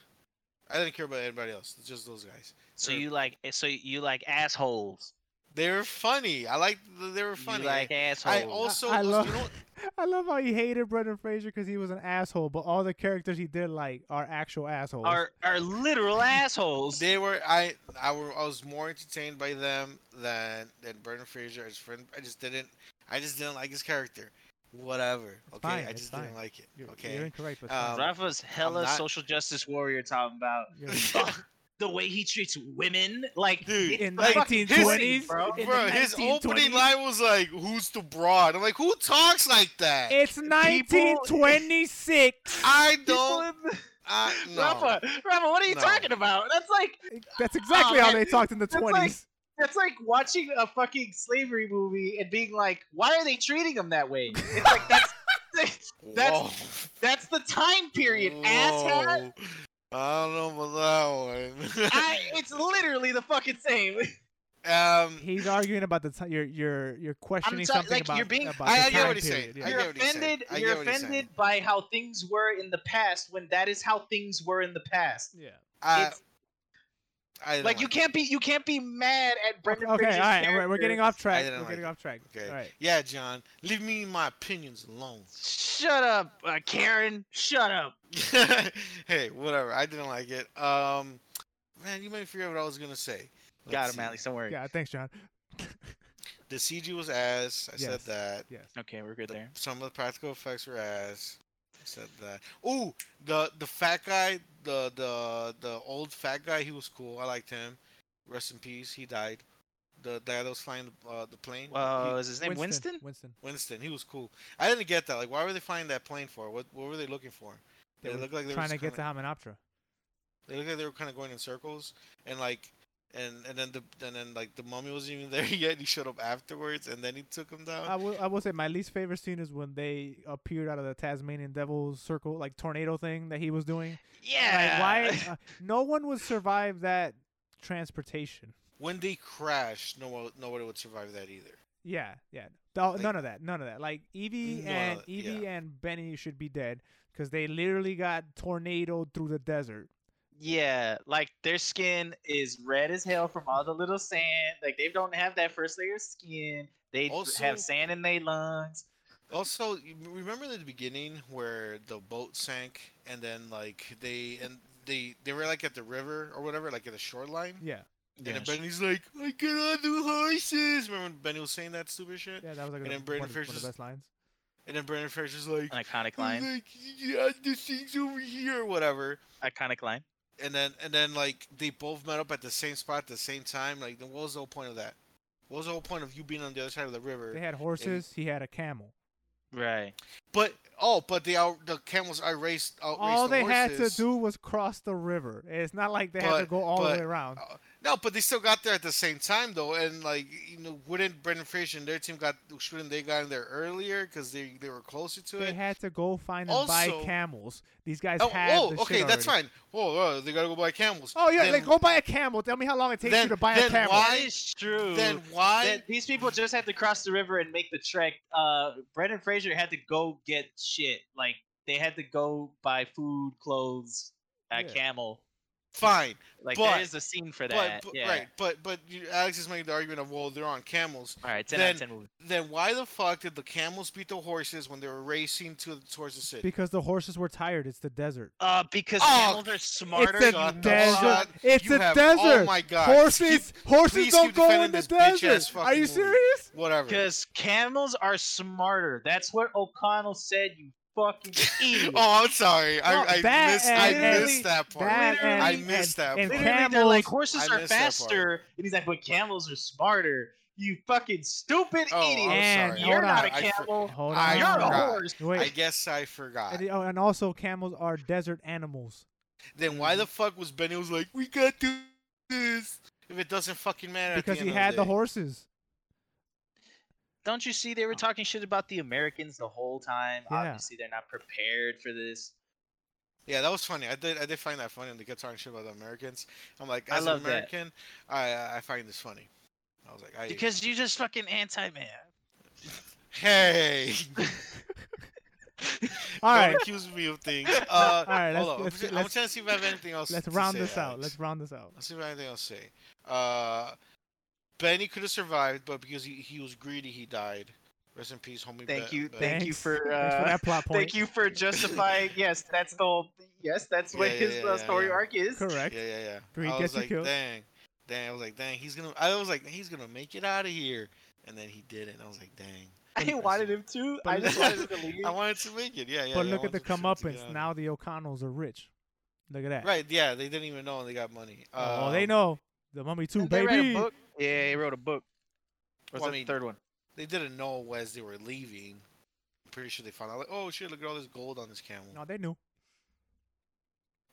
[SPEAKER 3] I didn't care about anybody else. It's just those guys.
[SPEAKER 2] so
[SPEAKER 3] or-
[SPEAKER 2] you like eh, so you like assholes.
[SPEAKER 3] They were funny. I liked. They were
[SPEAKER 2] You
[SPEAKER 3] funny.
[SPEAKER 2] like assholes.
[SPEAKER 3] I also
[SPEAKER 1] I
[SPEAKER 3] was-
[SPEAKER 1] love-
[SPEAKER 3] you know what-
[SPEAKER 1] I love how he hated Brendan Fraser because he was an asshole, but all the characters he did like are actual assholes.
[SPEAKER 2] are are literal assholes.
[SPEAKER 3] They were I I were I was more entertained by them than than Brendan Fraser as friend. I just didn't I just didn't like his character. Whatever.
[SPEAKER 1] It's
[SPEAKER 3] Okay,
[SPEAKER 1] fine,
[SPEAKER 3] I
[SPEAKER 1] it's
[SPEAKER 3] just
[SPEAKER 1] fine.
[SPEAKER 3] didn't like it.
[SPEAKER 1] You're,
[SPEAKER 3] okay.
[SPEAKER 1] you're incorrect, but it's
[SPEAKER 3] Um,
[SPEAKER 1] fine.
[SPEAKER 2] Rafa's hella
[SPEAKER 3] not-
[SPEAKER 2] social justice warrior talking about
[SPEAKER 1] You're-
[SPEAKER 2] the way he treats women. Like
[SPEAKER 3] Dude,
[SPEAKER 2] it's
[SPEAKER 1] in
[SPEAKER 2] fucking
[SPEAKER 1] 1920s,
[SPEAKER 2] crazy, bro.
[SPEAKER 1] in the
[SPEAKER 3] Bro, his
[SPEAKER 1] 1920s.
[SPEAKER 3] opening line was like, "Who's the broad?" I'm like, "Who talks like that?"
[SPEAKER 1] It's 1926.
[SPEAKER 3] I
[SPEAKER 2] People
[SPEAKER 3] don't.
[SPEAKER 2] in-
[SPEAKER 3] I no.
[SPEAKER 2] Rafa, Rafa, what are you
[SPEAKER 3] No.
[SPEAKER 2] talking about? That's like
[SPEAKER 1] That's exactly how
[SPEAKER 2] Oh, man.
[SPEAKER 1] they talked in the
[SPEAKER 2] That's
[SPEAKER 1] 20s.
[SPEAKER 2] like- that's like watching a fucking slavery movie and being like, why are they treating them that way? It's like that's that's- that's the time period,
[SPEAKER 3] Whoa.
[SPEAKER 2] asshat.
[SPEAKER 3] I don't know about that one.
[SPEAKER 2] I, it's literally the fucking same.
[SPEAKER 3] um,
[SPEAKER 1] He's arguing about the time you're you're you're questioning
[SPEAKER 2] so-
[SPEAKER 1] something
[SPEAKER 2] like,
[SPEAKER 1] about,
[SPEAKER 2] you're being-
[SPEAKER 1] about
[SPEAKER 3] I-
[SPEAKER 1] the
[SPEAKER 3] I get
[SPEAKER 1] time
[SPEAKER 3] what he's saying.
[SPEAKER 1] period,
[SPEAKER 3] I
[SPEAKER 1] yeah.
[SPEAKER 2] You're
[SPEAKER 3] get what he's saying.
[SPEAKER 2] offended.
[SPEAKER 3] I get
[SPEAKER 2] You're
[SPEAKER 3] what he's saying.
[SPEAKER 2] offended by how things were in the past when that is how things were in the past.
[SPEAKER 1] Yeah.
[SPEAKER 3] I,
[SPEAKER 2] It's-
[SPEAKER 3] I didn't
[SPEAKER 2] Like you can't be you can't be mad at Brendan
[SPEAKER 1] Okay,
[SPEAKER 2] Fraser's
[SPEAKER 1] all right, all right, we're
[SPEAKER 2] character.
[SPEAKER 1] getting off track.
[SPEAKER 3] I didn't
[SPEAKER 1] We're
[SPEAKER 3] like
[SPEAKER 1] getting
[SPEAKER 3] it.
[SPEAKER 1] off track.
[SPEAKER 3] Okay.
[SPEAKER 1] All right.
[SPEAKER 3] Yeah, John, leave me my opinions alone.
[SPEAKER 2] Shut up, uh, Karen. Shut up.
[SPEAKER 3] hey, whatever. I didn't like it. Um, man, you might forget what I was gonna say.
[SPEAKER 2] Got
[SPEAKER 3] Let's
[SPEAKER 2] him,
[SPEAKER 3] see.
[SPEAKER 2] Alex. Don't worry.
[SPEAKER 1] Yeah, thanks, John.
[SPEAKER 3] The CG was ass. I said
[SPEAKER 1] Yes.
[SPEAKER 3] that.
[SPEAKER 1] Yes.
[SPEAKER 2] Okay, we're good
[SPEAKER 3] The-
[SPEAKER 2] there.
[SPEAKER 3] Some of the practical effects were ass. I said that. Ooh, the the fat guy, the the the old fat guy. He was cool. I liked him. Rest in peace. He died. The the guy that was flying the, uh, the plane.
[SPEAKER 2] Well, is his name Winston?
[SPEAKER 1] Winston.
[SPEAKER 3] Winston. He was cool. I didn't get that. Like, why were they flying that plane for? What what were they looking for?
[SPEAKER 1] They
[SPEAKER 3] They
[SPEAKER 1] were
[SPEAKER 3] look like they were
[SPEAKER 1] trying to
[SPEAKER 3] just
[SPEAKER 1] get to Hymenoptera.
[SPEAKER 3] They looked like they were kind of going in circles, and like, and and then the and then like the mummy wasn't even there yet. He showed up afterwards, and then he took him down.
[SPEAKER 1] I will. I will say my least favorite scene is when they appeared out of the Tasmanian Devil's circle, like tornado thing that he was doing.
[SPEAKER 2] Yeah.
[SPEAKER 1] Like why? uh, no one would survive that transportation.
[SPEAKER 3] when they crashed, no one, nobody would survive that either.
[SPEAKER 1] Yeah, yeah. Th-
[SPEAKER 3] Like-
[SPEAKER 1] none of that. None of that. Like Evie
[SPEAKER 3] None of
[SPEAKER 1] and
[SPEAKER 3] that,
[SPEAKER 1] Evie and Benny should be dead because they literally got tornadoed through the desert.
[SPEAKER 2] Yeah, like their skin is red as hell from all the little sand. Like they don't have that first layer of skin. They d-
[SPEAKER 3] Also-
[SPEAKER 2] have sand in their lungs.
[SPEAKER 3] Also, you m- remember the beginning where the boat sank, and then like they and they they were like at the river or whatever, like at the shoreline.
[SPEAKER 1] Yeah,
[SPEAKER 3] And then Benny's like, "I get on the horses." Remember when Benny was saying that stupid shit?
[SPEAKER 1] yeah. That was like
[SPEAKER 3] And
[SPEAKER 1] a,
[SPEAKER 3] then Brandon
[SPEAKER 1] one, of, the- one of
[SPEAKER 3] Fraser's-
[SPEAKER 1] the best lines.
[SPEAKER 3] And then Brandon Fraser's like,
[SPEAKER 2] An iconic line.
[SPEAKER 3] "Like, yeah, this thing's over here, or whatever."
[SPEAKER 2] Iconic line.
[SPEAKER 3] and then and then like they both met up at the same spot at the same time. Like, then what was the whole point of that? What was the whole point of you being on the other side of the
[SPEAKER 1] They
[SPEAKER 3] river?
[SPEAKER 1] had horses. He had a camel.
[SPEAKER 2] Right.
[SPEAKER 3] But oh, but they out the camels I raced outraced
[SPEAKER 1] All
[SPEAKER 3] the
[SPEAKER 1] they had
[SPEAKER 3] horses.
[SPEAKER 1] to do was cross the river. It's not like they had to
[SPEAKER 3] But-
[SPEAKER 1] go all the
[SPEAKER 3] but-
[SPEAKER 1] way around.
[SPEAKER 3] No, but they still got there at the same time though, and like you know, wouldn't Brendan Fraser and their team got shouldn't they got in there earlier because they they were closer to
[SPEAKER 1] They
[SPEAKER 3] it?
[SPEAKER 1] had to go find and buy
[SPEAKER 3] Also-
[SPEAKER 1] camels. These guys
[SPEAKER 3] Oh,
[SPEAKER 1] had
[SPEAKER 3] oh,
[SPEAKER 1] the
[SPEAKER 3] okay,
[SPEAKER 1] shit
[SPEAKER 3] that's
[SPEAKER 1] already.
[SPEAKER 3] fine. Whoa, whoa, they gotta go buy camels.
[SPEAKER 1] Oh yeah,
[SPEAKER 3] Then-
[SPEAKER 1] like go buy a camel. Tell me how long it takes
[SPEAKER 3] then-
[SPEAKER 1] you to buy a
[SPEAKER 3] then
[SPEAKER 1] camel.
[SPEAKER 3] why-
[SPEAKER 2] That is true.
[SPEAKER 3] Then why?
[SPEAKER 2] That- these people just had to cross the river and make the trek. Uh, Brendan Fraser had to go get shit. Like they had to go buy food, clothes, a
[SPEAKER 1] Yeah.
[SPEAKER 2] camel.
[SPEAKER 3] fine.
[SPEAKER 2] Like
[SPEAKER 3] But-
[SPEAKER 2] there is a scene for
[SPEAKER 3] But,
[SPEAKER 2] that.
[SPEAKER 3] but
[SPEAKER 2] yeah.
[SPEAKER 3] right, but but you, Alex is making the argument of well, they're on camels.
[SPEAKER 2] All right. Ten out of
[SPEAKER 3] Then-
[SPEAKER 2] ten movie.
[SPEAKER 3] then why the fuck did the camels beat the horses when they were racing to towards the city?
[SPEAKER 1] Because the horses were tired. It's the desert.
[SPEAKER 2] Uh, because
[SPEAKER 3] Oh,
[SPEAKER 2] camels are smarter.
[SPEAKER 1] it's a
[SPEAKER 3] shut the
[SPEAKER 1] desert.
[SPEAKER 3] fuck-
[SPEAKER 1] It's
[SPEAKER 3] You
[SPEAKER 1] a
[SPEAKER 3] have-
[SPEAKER 1] desert.
[SPEAKER 3] oh my God.
[SPEAKER 1] Horses, horses
[SPEAKER 3] please
[SPEAKER 1] don't
[SPEAKER 3] keep
[SPEAKER 1] go
[SPEAKER 3] defending
[SPEAKER 1] in the
[SPEAKER 3] this bitch-ass
[SPEAKER 1] desert. Are
[SPEAKER 3] fucking
[SPEAKER 1] you
[SPEAKER 3] movie.
[SPEAKER 1] serious?
[SPEAKER 3] Whatever.
[SPEAKER 2] Because camels are smarter. That's what O'Connell said. You fucking idiot.
[SPEAKER 3] oh, I'm sorry.
[SPEAKER 1] No,
[SPEAKER 3] I, I
[SPEAKER 1] that
[SPEAKER 3] missed. I
[SPEAKER 1] and-
[SPEAKER 3] missed that part.
[SPEAKER 1] That
[SPEAKER 2] Literally-
[SPEAKER 1] and,
[SPEAKER 3] I missed that
[SPEAKER 1] and, and
[SPEAKER 3] part.
[SPEAKER 2] Literally, they're like
[SPEAKER 1] camels-
[SPEAKER 2] horses
[SPEAKER 3] I
[SPEAKER 2] are
[SPEAKER 3] missed that part.
[SPEAKER 2] faster, and he's like, but camels are smarter. You fucking stupid
[SPEAKER 3] Oh, I'm
[SPEAKER 2] idiot.
[SPEAKER 1] And-
[SPEAKER 3] sorry.
[SPEAKER 2] You're
[SPEAKER 1] hold on,
[SPEAKER 2] not a
[SPEAKER 3] I for-
[SPEAKER 2] camel.
[SPEAKER 1] Hold
[SPEAKER 3] I
[SPEAKER 1] on.
[SPEAKER 2] You're a
[SPEAKER 3] forgot.
[SPEAKER 2] horse.
[SPEAKER 1] Wait.
[SPEAKER 3] I guess I forgot.
[SPEAKER 1] and, oh, and also, camels are desert animals.
[SPEAKER 3] Then why the fuck was Benny was like, we got to this if it doesn't fucking matter? at
[SPEAKER 1] Because
[SPEAKER 3] the
[SPEAKER 1] he
[SPEAKER 3] end of
[SPEAKER 1] had
[SPEAKER 3] the,
[SPEAKER 1] the
[SPEAKER 3] day?
[SPEAKER 1] horses.
[SPEAKER 2] Don't you see they were talking shit about the Americans the whole time?
[SPEAKER 1] Yeah.
[SPEAKER 2] Obviously, they're not prepared for this.
[SPEAKER 3] Yeah, that was funny. I did. I did find that funny. And they kept talking shit about the Americans. I'm like,
[SPEAKER 2] I
[SPEAKER 3] as
[SPEAKER 2] love
[SPEAKER 3] an
[SPEAKER 2] that.
[SPEAKER 3] American, I I find this funny. I was like, I,
[SPEAKER 2] Because you just fucking anti man.
[SPEAKER 3] hey.
[SPEAKER 1] All
[SPEAKER 3] Don't
[SPEAKER 1] right,
[SPEAKER 3] accuse me of things. Uh,
[SPEAKER 1] All right, let's-
[SPEAKER 3] hold on.
[SPEAKER 1] let's-
[SPEAKER 3] I'm,
[SPEAKER 1] let's-
[SPEAKER 3] trying to see if I have anything else.
[SPEAKER 1] let's
[SPEAKER 3] to
[SPEAKER 1] round
[SPEAKER 3] say,
[SPEAKER 1] this out.
[SPEAKER 3] Alex.
[SPEAKER 1] Let's round this out.
[SPEAKER 3] Let's see if I have anything else to say. Uh, Benny could have survived, but because he, he was greedy, he died. Rest in peace, homie.
[SPEAKER 2] Thank
[SPEAKER 3] Be-
[SPEAKER 2] you-
[SPEAKER 3] Benny.
[SPEAKER 2] Thank you
[SPEAKER 1] Thanks.
[SPEAKER 2] for,
[SPEAKER 1] Thanks for
[SPEAKER 2] uh,
[SPEAKER 1] that plot point.
[SPEAKER 2] Thank you for justifying. yes, that's the whole. Yes, that's what
[SPEAKER 3] Yeah,
[SPEAKER 2] his
[SPEAKER 3] yeah,
[SPEAKER 2] uh,
[SPEAKER 3] yeah,
[SPEAKER 2] story
[SPEAKER 3] yeah.
[SPEAKER 2] arc is.
[SPEAKER 1] Correct.
[SPEAKER 3] Yeah, yeah, yeah.
[SPEAKER 1] Three
[SPEAKER 3] I
[SPEAKER 1] gets
[SPEAKER 3] was
[SPEAKER 1] you
[SPEAKER 3] like,
[SPEAKER 1] killed.
[SPEAKER 3] dang, dang. I was like, dang. He's gonna. I was like, he's gonna make it out of here, and then he didn't. I was like, dang.
[SPEAKER 2] I wanted him to. I
[SPEAKER 1] But-
[SPEAKER 2] just wanted him to leave.
[SPEAKER 3] I wanted to make it. Yeah, yeah.
[SPEAKER 1] but
[SPEAKER 3] yeah, I
[SPEAKER 1] look at the
[SPEAKER 3] wanted to- to get out
[SPEAKER 1] comeuppance.
[SPEAKER 3] of
[SPEAKER 1] Now the O'Connells are rich. Look at
[SPEAKER 3] here.
[SPEAKER 1] that.
[SPEAKER 3] Right. Yeah. They didn't even know, and they got money.
[SPEAKER 1] Oh, they
[SPEAKER 3] Um,
[SPEAKER 1] know. The mummy too,
[SPEAKER 2] Didn't they write a
[SPEAKER 1] baby.
[SPEAKER 2] book? Yeah, he wrote a book. What's
[SPEAKER 3] Well, I
[SPEAKER 2] that
[SPEAKER 3] mean,
[SPEAKER 2] third one?
[SPEAKER 3] They didn't know as they were leaving. I'm pretty sure they found out. Like, oh shit! Look at all this gold on this camel.
[SPEAKER 1] No, they knew.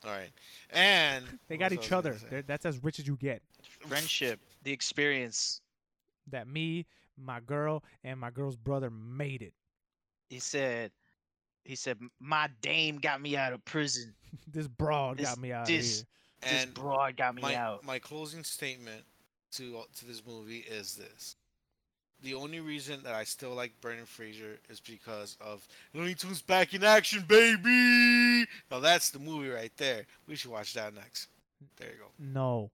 [SPEAKER 3] All right. And
[SPEAKER 1] They
[SPEAKER 3] what
[SPEAKER 1] got
[SPEAKER 3] was I
[SPEAKER 1] each
[SPEAKER 3] was
[SPEAKER 1] other.
[SPEAKER 3] gonna say?
[SPEAKER 1] They're- That's as rich as you get.
[SPEAKER 2] Friendship, the experience.
[SPEAKER 1] That me, my girl, and my girl's brother made it.
[SPEAKER 2] He said, he said, my dame got me out of prison.
[SPEAKER 1] This broad
[SPEAKER 2] This-
[SPEAKER 1] got me out
[SPEAKER 2] this-
[SPEAKER 1] of
[SPEAKER 2] this
[SPEAKER 3] And
[SPEAKER 2] broad got me
[SPEAKER 3] my
[SPEAKER 2] out.
[SPEAKER 3] my closing statement to to this movie is this: the only reason that I still like Brendan Fraser is because of Looney Tunes back in action, baby. Now that's the movie right there. We should watch that next. There you go.
[SPEAKER 1] here. No.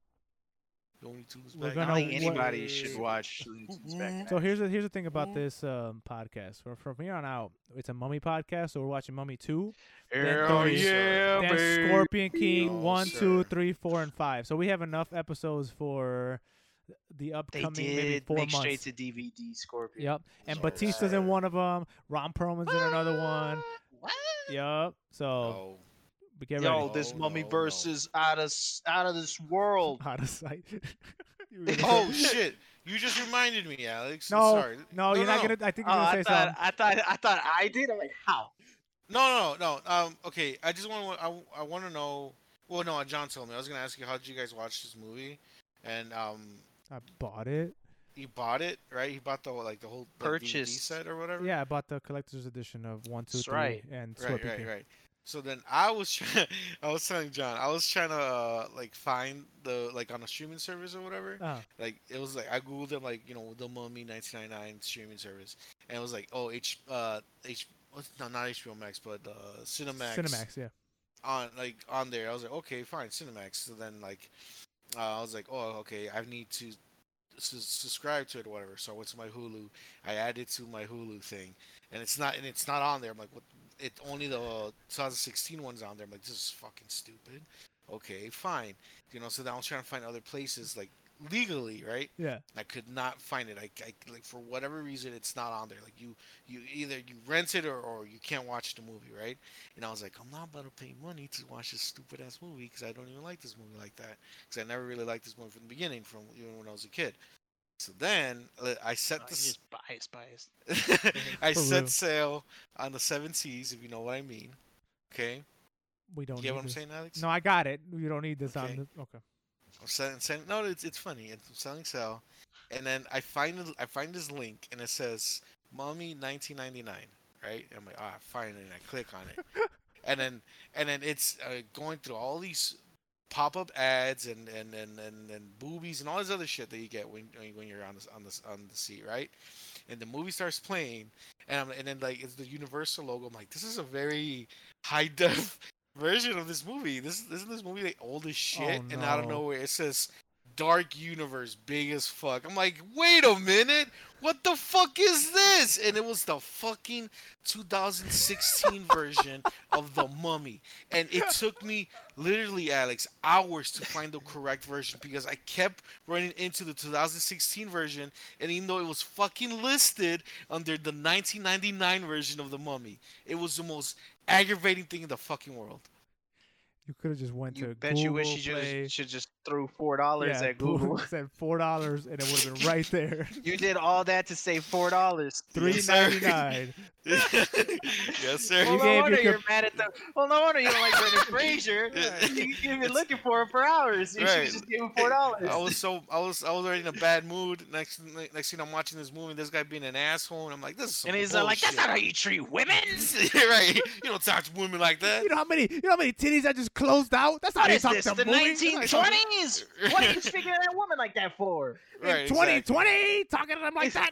[SPEAKER 3] Looney Tunes
[SPEAKER 1] We're
[SPEAKER 3] back.
[SPEAKER 1] I
[SPEAKER 2] I
[SPEAKER 1] gonna
[SPEAKER 2] don't think
[SPEAKER 1] know what-
[SPEAKER 2] anybody should watch Looney Tunes back in
[SPEAKER 1] So
[SPEAKER 2] action.
[SPEAKER 1] here's the here's the thing about this um, podcast. From from here on out, it's a mummy podcast. So we're watching Mummy Two, then
[SPEAKER 2] Hell
[SPEAKER 1] three-
[SPEAKER 2] yeah,
[SPEAKER 1] then
[SPEAKER 2] baby.
[SPEAKER 1] Scorpion King
[SPEAKER 3] No,
[SPEAKER 1] one, two,
[SPEAKER 3] sir.
[SPEAKER 1] three, four, and five. So we have enough episodes for the
[SPEAKER 2] They
[SPEAKER 1] upcoming maybe
[SPEAKER 2] did
[SPEAKER 1] four
[SPEAKER 2] make
[SPEAKER 1] months.
[SPEAKER 2] straight to DVD Scorpion.
[SPEAKER 1] Yep. And
[SPEAKER 3] So
[SPEAKER 1] Batista's
[SPEAKER 3] sad.
[SPEAKER 1] in one of them. Ron Perlman's in another one.
[SPEAKER 2] What?
[SPEAKER 1] Yep. So
[SPEAKER 3] Oh,
[SPEAKER 1] but get ready.
[SPEAKER 2] Yo,
[SPEAKER 3] ready.
[SPEAKER 2] this
[SPEAKER 3] No,
[SPEAKER 2] mummy
[SPEAKER 3] no, no.
[SPEAKER 2] verse is out of s- out of this world.
[SPEAKER 1] Out of sight. You really
[SPEAKER 3] oh
[SPEAKER 1] said-
[SPEAKER 3] shit! You just reminded me, Alex. I'm
[SPEAKER 1] No,
[SPEAKER 3] sorry.
[SPEAKER 1] no, you're not gonna. I think
[SPEAKER 2] Oh,
[SPEAKER 1] you're gonna
[SPEAKER 2] I
[SPEAKER 1] say something.
[SPEAKER 2] thought I thought I thought I did. I'm like, how?
[SPEAKER 3] No, no, no. Um, okay. I just want to. I, I want to know. Well, no. John told me. I was gonna ask you how did you guys watch this movie, and um,
[SPEAKER 1] I bought it.
[SPEAKER 3] he bought it, right? He bought the whole- like the whole like, DVD
[SPEAKER 2] Purchased.
[SPEAKER 3] set or whatever.
[SPEAKER 1] Yeah, I bought the collector's edition of one, two,
[SPEAKER 2] That's
[SPEAKER 1] three,
[SPEAKER 2] right.
[SPEAKER 1] and
[SPEAKER 3] Right,
[SPEAKER 1] Sweat
[SPEAKER 3] right,
[SPEAKER 1] Beacon.
[SPEAKER 3] right. So then I was trying. I was telling John. I was trying to uh, like find the like on a streaming service or whatever.
[SPEAKER 1] Uh,
[SPEAKER 3] like it was like I googled them like you know the Mummy 1999 streaming service, and it was like oh H uh H what's- no not HBO Max but uh, Cinemax
[SPEAKER 1] Cinemax. Yeah.
[SPEAKER 3] on like on there. I was like okay fine Cinemax. So then like uh, I was like oh okay I need to su- subscribe to it or whatever. So I went to my Hulu. I added to my Hulu thing, and it's not and it's not on there. I'm like what? It only the 2016 one's on there. I'm like this is fucking stupid. Okay fine, you know. So then I was trying to find other places like legally right
[SPEAKER 1] Yeah.
[SPEAKER 3] I could not find it. I, I like for whatever reason it's not on there. Like you, you either you rent it or, or you can't watch the movie, right? And I was like, I'm not about to pay money to watch this stupid ass movie because I don't even like this movie like that. Because I never really liked this movie from the beginning, from even when I was a kid. So then uh, I
[SPEAKER 2] Oh,
[SPEAKER 3] set
[SPEAKER 2] you're
[SPEAKER 3] the s-
[SPEAKER 2] just biased, biased.
[SPEAKER 3] I
[SPEAKER 1] For
[SPEAKER 3] set
[SPEAKER 1] real.
[SPEAKER 3] sail on the seven seas, if you know what I mean. Okay,
[SPEAKER 1] We don't.
[SPEAKER 3] you get
[SPEAKER 1] need
[SPEAKER 3] what I'm
[SPEAKER 1] this.
[SPEAKER 3] saying, Alex?
[SPEAKER 1] No, I got it. You don't need this
[SPEAKER 3] Okay.
[SPEAKER 1] on. The, okay.
[SPEAKER 3] I'm selling, selling. No, it's it's funny. I'm selling sell, and then I find th- I find this link and it says "Mommy 1999," right? I'm like, ah, fine, and I click on it, and then and then it's uh, going through all these pop-up ads and and, and and and boobies and all this other shit that you get when when- when you're on this on this on the seat, right? And the movie starts playing, and I'm, and then like it's the Universal logo. I'm like, this is a very high def version of this movie. This isn't this movie like old as shit,
[SPEAKER 1] Oh,
[SPEAKER 3] and out of
[SPEAKER 1] no.
[SPEAKER 3] nowhere it says Dark Universe, big as fuck. I'm like, wait a minute, what the fuck is this? And it was the fucking 2016 version of the Mummy, and it took me literally, Alex, hours to find the correct version because I kept running into the 2016 version, and even though it was fucking listed under the 1999 version of the Mummy, it was the most aggravating thing in the fucking world.
[SPEAKER 1] You could have just went
[SPEAKER 2] You
[SPEAKER 1] to
[SPEAKER 2] bet
[SPEAKER 1] Google
[SPEAKER 2] you wish you
[SPEAKER 1] Play.
[SPEAKER 2] just, should just throw four dollars
[SPEAKER 1] yeah,
[SPEAKER 2] at Google.
[SPEAKER 1] Said four dollars, and it would have been right there.
[SPEAKER 2] you did all that to save four dollars.
[SPEAKER 1] Three
[SPEAKER 3] sir.
[SPEAKER 1] ninety nine.
[SPEAKER 3] yes, sir.
[SPEAKER 1] You
[SPEAKER 2] Well, no
[SPEAKER 1] gave
[SPEAKER 2] wonder
[SPEAKER 1] your
[SPEAKER 2] you're
[SPEAKER 1] com-
[SPEAKER 2] mad at the. Well, no wonder you don't like Brendan Fraser.
[SPEAKER 3] Yeah.
[SPEAKER 2] You- You've been
[SPEAKER 3] It's-
[SPEAKER 2] looking for him for hours. You should
[SPEAKER 3] Right.
[SPEAKER 2] just give him four dollars.
[SPEAKER 3] I was so I was I was already in a bad mood. Next next thing I'm watching this movie, this guy being an asshole, and I'm like, this is some
[SPEAKER 2] And he's uh,
[SPEAKER 3] bullshit.
[SPEAKER 2] like, "That's not how you treat women."
[SPEAKER 3] right. You don't talk to women like that.
[SPEAKER 1] You know how many? You know how many titties I just closed out? That's not
[SPEAKER 2] What
[SPEAKER 1] how
[SPEAKER 2] is
[SPEAKER 1] they
[SPEAKER 2] this?
[SPEAKER 1] talk
[SPEAKER 2] The
[SPEAKER 1] to movies. That's not how-
[SPEAKER 2] 1920s? What are you figuring that woman like that for?
[SPEAKER 3] Right,
[SPEAKER 1] in
[SPEAKER 3] exactly.
[SPEAKER 1] 2020 talking to them like that.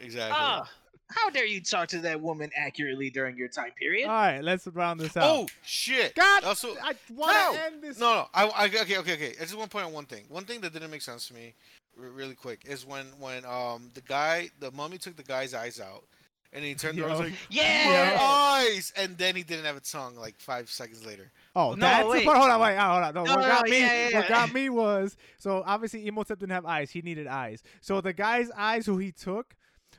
[SPEAKER 3] Exactly.
[SPEAKER 2] Ah, how dare you talk to that woman accurately during your time period?
[SPEAKER 1] All right, let's round this out.
[SPEAKER 3] oh shit.
[SPEAKER 1] God,
[SPEAKER 3] Also,
[SPEAKER 1] I want to
[SPEAKER 3] No!
[SPEAKER 1] end this.
[SPEAKER 3] No, no. I, I okay, okay, okay. I just want to point out one thing. One thing that didn't make sense to me, r- really quick, is when when um the guy, the mummy took the guy's eyes out, and he turned around and was
[SPEAKER 1] Yo.
[SPEAKER 3] like,
[SPEAKER 2] yeah.
[SPEAKER 3] "My eyes!" And then he didn't have a tongue like five seconds later.
[SPEAKER 1] Oh,
[SPEAKER 2] No,
[SPEAKER 1] that's
[SPEAKER 2] wait.
[SPEAKER 1] the part. Hold on, wait, hold on. No,
[SPEAKER 2] No,
[SPEAKER 1] what
[SPEAKER 2] no,
[SPEAKER 1] got
[SPEAKER 2] no,
[SPEAKER 1] me?
[SPEAKER 2] yeah, yeah,
[SPEAKER 1] What
[SPEAKER 2] yeah.
[SPEAKER 1] got me was so obviously Emotep didn't have eyes. He needed eyes. So the guy's eyes who he took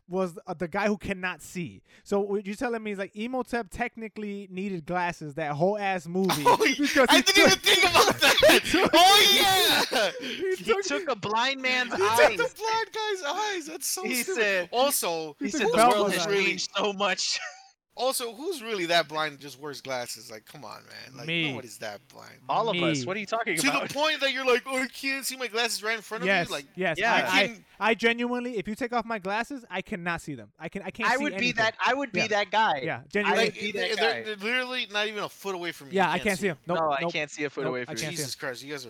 [SPEAKER 1] was uh, the guy who cannot see. So what you're telling me is like Emotep technically needed glasses that whole ass movie
[SPEAKER 3] Oh,
[SPEAKER 1] because
[SPEAKER 3] I
[SPEAKER 1] he
[SPEAKER 3] didn't even
[SPEAKER 1] took-
[SPEAKER 3] think about
[SPEAKER 1] took-
[SPEAKER 3] that. oh yeah.
[SPEAKER 1] he
[SPEAKER 2] He
[SPEAKER 1] took,
[SPEAKER 2] took a blind man's
[SPEAKER 3] He took
[SPEAKER 2] eyes.
[SPEAKER 3] the blind guy's eyes. That's so
[SPEAKER 2] He
[SPEAKER 3] stupid.
[SPEAKER 2] said.
[SPEAKER 3] also,
[SPEAKER 2] He
[SPEAKER 1] He
[SPEAKER 2] said
[SPEAKER 1] took
[SPEAKER 2] the
[SPEAKER 1] Velma's
[SPEAKER 2] world has
[SPEAKER 1] eyes.
[SPEAKER 2] changed so much.
[SPEAKER 3] also, who's really that blind and just wears glasses? Like, come on, man. Like,
[SPEAKER 1] Me.
[SPEAKER 3] nobody's that blind.
[SPEAKER 2] All of us.
[SPEAKER 1] Me.
[SPEAKER 2] What are you talking
[SPEAKER 3] To
[SPEAKER 2] about?
[SPEAKER 3] the point that you're like, oh, I can't see my glasses right in front of
[SPEAKER 1] yes,
[SPEAKER 3] you. Like,
[SPEAKER 1] yes.
[SPEAKER 2] Yeah.
[SPEAKER 1] I,
[SPEAKER 3] I
[SPEAKER 1] I,
[SPEAKER 3] can
[SPEAKER 1] I genuinely, if you take off my glasses, I cannot see them. I can, I can't.
[SPEAKER 2] I
[SPEAKER 1] see
[SPEAKER 2] would be
[SPEAKER 1] anything.
[SPEAKER 2] that. I would be
[SPEAKER 1] Yeah.
[SPEAKER 2] that guy.
[SPEAKER 1] Yeah, genuinely.
[SPEAKER 3] like
[SPEAKER 2] would be that
[SPEAKER 3] they're,
[SPEAKER 2] guy.
[SPEAKER 3] they're, they're literally not even a foot away from you.
[SPEAKER 1] yeah,
[SPEAKER 3] You
[SPEAKER 1] I can't see them. Nope,
[SPEAKER 2] no, I
[SPEAKER 1] nope.
[SPEAKER 2] can't see a foot
[SPEAKER 1] Nope,
[SPEAKER 2] away
[SPEAKER 1] I
[SPEAKER 2] from
[SPEAKER 1] can't
[SPEAKER 2] you.
[SPEAKER 1] see 'em.
[SPEAKER 3] Jesus Christ, you guys are.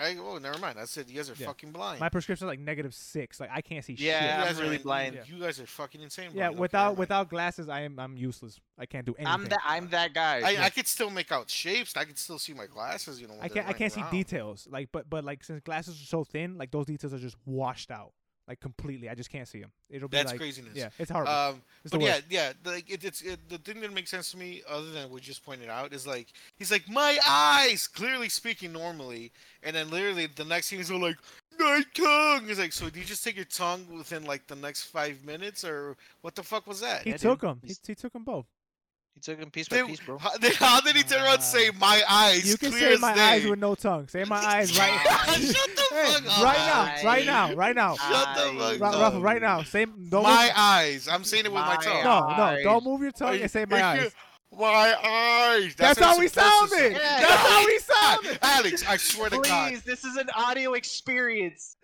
[SPEAKER 3] I, oh, never mind. I said you guys are
[SPEAKER 1] Yeah.
[SPEAKER 3] fucking blind.
[SPEAKER 1] My prescription's like negative six. Like I can't see
[SPEAKER 2] Yeah,
[SPEAKER 1] shit.
[SPEAKER 3] you
[SPEAKER 2] I'm
[SPEAKER 3] guys
[SPEAKER 2] really
[SPEAKER 3] are,
[SPEAKER 2] blind.
[SPEAKER 3] You guys are fucking insane.
[SPEAKER 1] Yeah,
[SPEAKER 3] blind. Okay,
[SPEAKER 1] without
[SPEAKER 3] never mind.
[SPEAKER 1] without glasses, I am I'm useless. I can't do anything.
[SPEAKER 2] I'm that. I'm that guy.
[SPEAKER 3] I, I could still make out shapes. I could still see my glasses. You know. when
[SPEAKER 1] I
[SPEAKER 3] they're
[SPEAKER 1] can't I
[SPEAKER 3] laying
[SPEAKER 1] can't see
[SPEAKER 3] around.
[SPEAKER 1] details. Like, but but like since glasses are so thin, like those details are just washed out, like completely. I just can't see them. It'll be
[SPEAKER 3] That's
[SPEAKER 1] like
[SPEAKER 3] craziness.
[SPEAKER 1] yeah, it's horrible.
[SPEAKER 3] Um,
[SPEAKER 1] It's the
[SPEAKER 3] but yeah,
[SPEAKER 1] worst.
[SPEAKER 3] yeah, like it, it's it, the thing that makes sense to me, other than what you just pointed out, is like he's like my eyes, clearly speaking normally, and then literally the next scene is all like, no, my tongue. He's like, so did you just take your tongue within like the next five minutes, or what the fuck was that?
[SPEAKER 1] He
[SPEAKER 2] Yeah, dude.
[SPEAKER 1] took them. He,
[SPEAKER 2] He's-
[SPEAKER 1] he took them both.
[SPEAKER 2] He took him piece by
[SPEAKER 3] They-
[SPEAKER 2] piece, bro.
[SPEAKER 3] how, they- how did he turn around and say my eyes?
[SPEAKER 1] you can
[SPEAKER 3] clear
[SPEAKER 1] say
[SPEAKER 3] as
[SPEAKER 1] my
[SPEAKER 3] day?
[SPEAKER 1] eyes with no tongue. Say my eyes right
[SPEAKER 3] Shut the
[SPEAKER 1] Hey,
[SPEAKER 3] fuck up.
[SPEAKER 1] right now, right now, right now,
[SPEAKER 3] Shut the
[SPEAKER 2] Eyes.
[SPEAKER 3] fuck
[SPEAKER 1] Ra-
[SPEAKER 3] up.
[SPEAKER 1] Rafa, right now. Say don't
[SPEAKER 3] my eyes. I'm saying it with
[SPEAKER 2] My
[SPEAKER 3] my, tongue.
[SPEAKER 1] move, no, no,
[SPEAKER 2] eyes.
[SPEAKER 1] don't move your tongue
[SPEAKER 3] Are you-
[SPEAKER 1] and say my
[SPEAKER 3] if you-
[SPEAKER 1] eyes.
[SPEAKER 3] My eyes.
[SPEAKER 1] That's, how we
[SPEAKER 3] it's supposed to
[SPEAKER 1] sounded.
[SPEAKER 3] sound.
[SPEAKER 2] Yeah.
[SPEAKER 1] That's how we sounded.
[SPEAKER 3] God, Alex, I swear to God.
[SPEAKER 2] Please, this is an audio experience.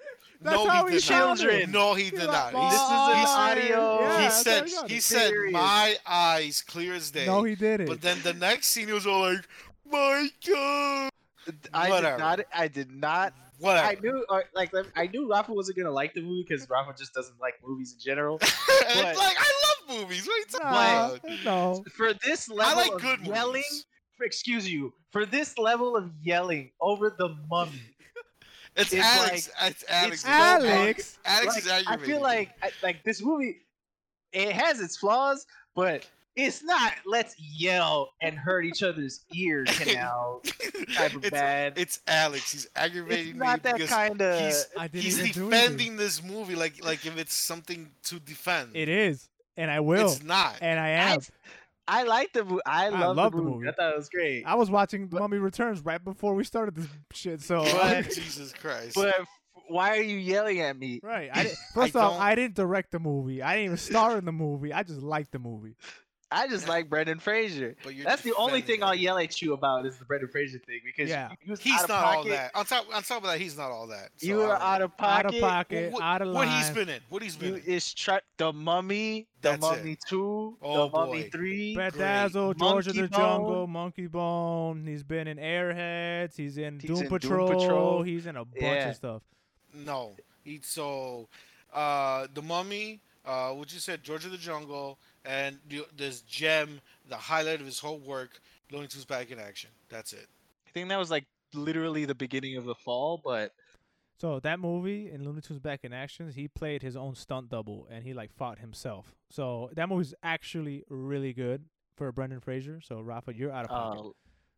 [SPEAKER 1] That's
[SPEAKER 3] no,
[SPEAKER 1] how
[SPEAKER 3] he
[SPEAKER 1] we
[SPEAKER 3] did not.
[SPEAKER 2] Children.
[SPEAKER 3] No, he did
[SPEAKER 1] You're
[SPEAKER 3] not.
[SPEAKER 1] like,
[SPEAKER 3] He-
[SPEAKER 2] This is an
[SPEAKER 1] "My eyes."
[SPEAKER 2] audio-
[SPEAKER 1] Yeah,
[SPEAKER 3] he
[SPEAKER 1] that's how
[SPEAKER 3] said
[SPEAKER 1] we got
[SPEAKER 3] he
[SPEAKER 1] it.
[SPEAKER 3] said
[SPEAKER 2] Serious.
[SPEAKER 3] my eyes clear as day.
[SPEAKER 1] No, he did
[SPEAKER 3] but
[SPEAKER 1] it.
[SPEAKER 3] then the next scene he was all like, my God.
[SPEAKER 2] I
[SPEAKER 3] Whatever.
[SPEAKER 2] did not. I did not.
[SPEAKER 3] Whatever.
[SPEAKER 2] I knew, or, like, I knew Rafa wasn't gonna like the movie because Rafa just doesn't like movies in general.
[SPEAKER 3] it's like I love movies. What are you
[SPEAKER 1] Nah,
[SPEAKER 3] talking about?
[SPEAKER 1] no.
[SPEAKER 2] For this level
[SPEAKER 3] like
[SPEAKER 2] of
[SPEAKER 3] good
[SPEAKER 2] yelling,
[SPEAKER 3] movies.
[SPEAKER 2] for- excuse you, for this level of yelling over the mummy,
[SPEAKER 3] It's,
[SPEAKER 2] It's
[SPEAKER 3] Alex. it's Alex.
[SPEAKER 2] it's
[SPEAKER 3] is all-
[SPEAKER 1] Alex.
[SPEAKER 3] Alex
[SPEAKER 2] like,
[SPEAKER 3] is
[SPEAKER 2] I
[SPEAKER 3] aggravated.
[SPEAKER 2] feel like I, like this movie, it has its flaws, but it's not. Let's yell and hurt each other's ear canal type of
[SPEAKER 3] it's,
[SPEAKER 2] bad.
[SPEAKER 3] it's Alex. He's
[SPEAKER 2] It's,
[SPEAKER 3] aggravating
[SPEAKER 2] not
[SPEAKER 3] me
[SPEAKER 2] that
[SPEAKER 3] because
[SPEAKER 2] kind of.
[SPEAKER 3] he's
[SPEAKER 1] I didn't
[SPEAKER 3] he's
[SPEAKER 1] even do anything.
[SPEAKER 3] defending this movie like like if it's something to defend.
[SPEAKER 1] It is, and I will,
[SPEAKER 3] It's not.
[SPEAKER 1] and I
[SPEAKER 2] I,
[SPEAKER 1] am.
[SPEAKER 2] I like the movie. I love
[SPEAKER 1] love
[SPEAKER 2] the,
[SPEAKER 1] the
[SPEAKER 2] movie.
[SPEAKER 1] movie.
[SPEAKER 2] I thought it was great.
[SPEAKER 1] I was watching Mummy Returns right before we started this shit, so
[SPEAKER 3] God,
[SPEAKER 1] I-
[SPEAKER 2] But-
[SPEAKER 3] Jesus Christ.
[SPEAKER 2] But f- why are you yelling at me?
[SPEAKER 1] right. I didn't, first off,
[SPEAKER 3] don't-
[SPEAKER 1] I didn't direct the movie. I didn't even star in the movie. I just liked the movie.
[SPEAKER 2] I just like Brendan Fraser.
[SPEAKER 3] But you're
[SPEAKER 2] That's the only
[SPEAKER 3] defending
[SPEAKER 2] thing I'll
[SPEAKER 3] him.
[SPEAKER 2] yell at you about is the Brendan Fraser thing because
[SPEAKER 1] Yeah.
[SPEAKER 2] you was
[SPEAKER 3] He's
[SPEAKER 2] out
[SPEAKER 3] not
[SPEAKER 2] of
[SPEAKER 3] all
[SPEAKER 2] pocket.
[SPEAKER 3] that. On top on top of that, he's not all that. So
[SPEAKER 2] You
[SPEAKER 3] I
[SPEAKER 2] are
[SPEAKER 3] don't know.
[SPEAKER 2] out of
[SPEAKER 1] Out
[SPEAKER 2] pocket.
[SPEAKER 1] of pocket,
[SPEAKER 3] What,
[SPEAKER 1] out of
[SPEAKER 3] what he's
[SPEAKER 1] line.
[SPEAKER 3] been in? What he's been
[SPEAKER 2] You
[SPEAKER 3] in?
[SPEAKER 2] is tra- the Mummy, the
[SPEAKER 3] That's it.
[SPEAKER 2] Mummy Two,
[SPEAKER 3] Oh,
[SPEAKER 2] the Mummy
[SPEAKER 3] boy.
[SPEAKER 2] Three.
[SPEAKER 1] Bedazzle,
[SPEAKER 2] Great.
[SPEAKER 1] George of
[SPEAKER 2] Monkey
[SPEAKER 1] the Jungle, Monkey Bone. He's been in Airheads. He's in,
[SPEAKER 2] He's
[SPEAKER 1] Doom,
[SPEAKER 2] in Doom
[SPEAKER 1] Patrol.
[SPEAKER 2] Patrol.
[SPEAKER 1] He's in a bunch
[SPEAKER 2] Yeah.
[SPEAKER 1] of stuff.
[SPEAKER 3] No. He, so, uh, the Mummy, uh, what you said, George of the Jungle, and the, this gem, the highlight of his whole work, Looney Tunes back in action. That's it.
[SPEAKER 2] I think that was like literally the beginning of the fall, but
[SPEAKER 1] So that movie in Looney Tunes Back in Action, he played his own stunt double and he like fought himself. So that movie's actually really good for Brendan Fraser. So Rafa, you're out of
[SPEAKER 2] uh,
[SPEAKER 1] pocket.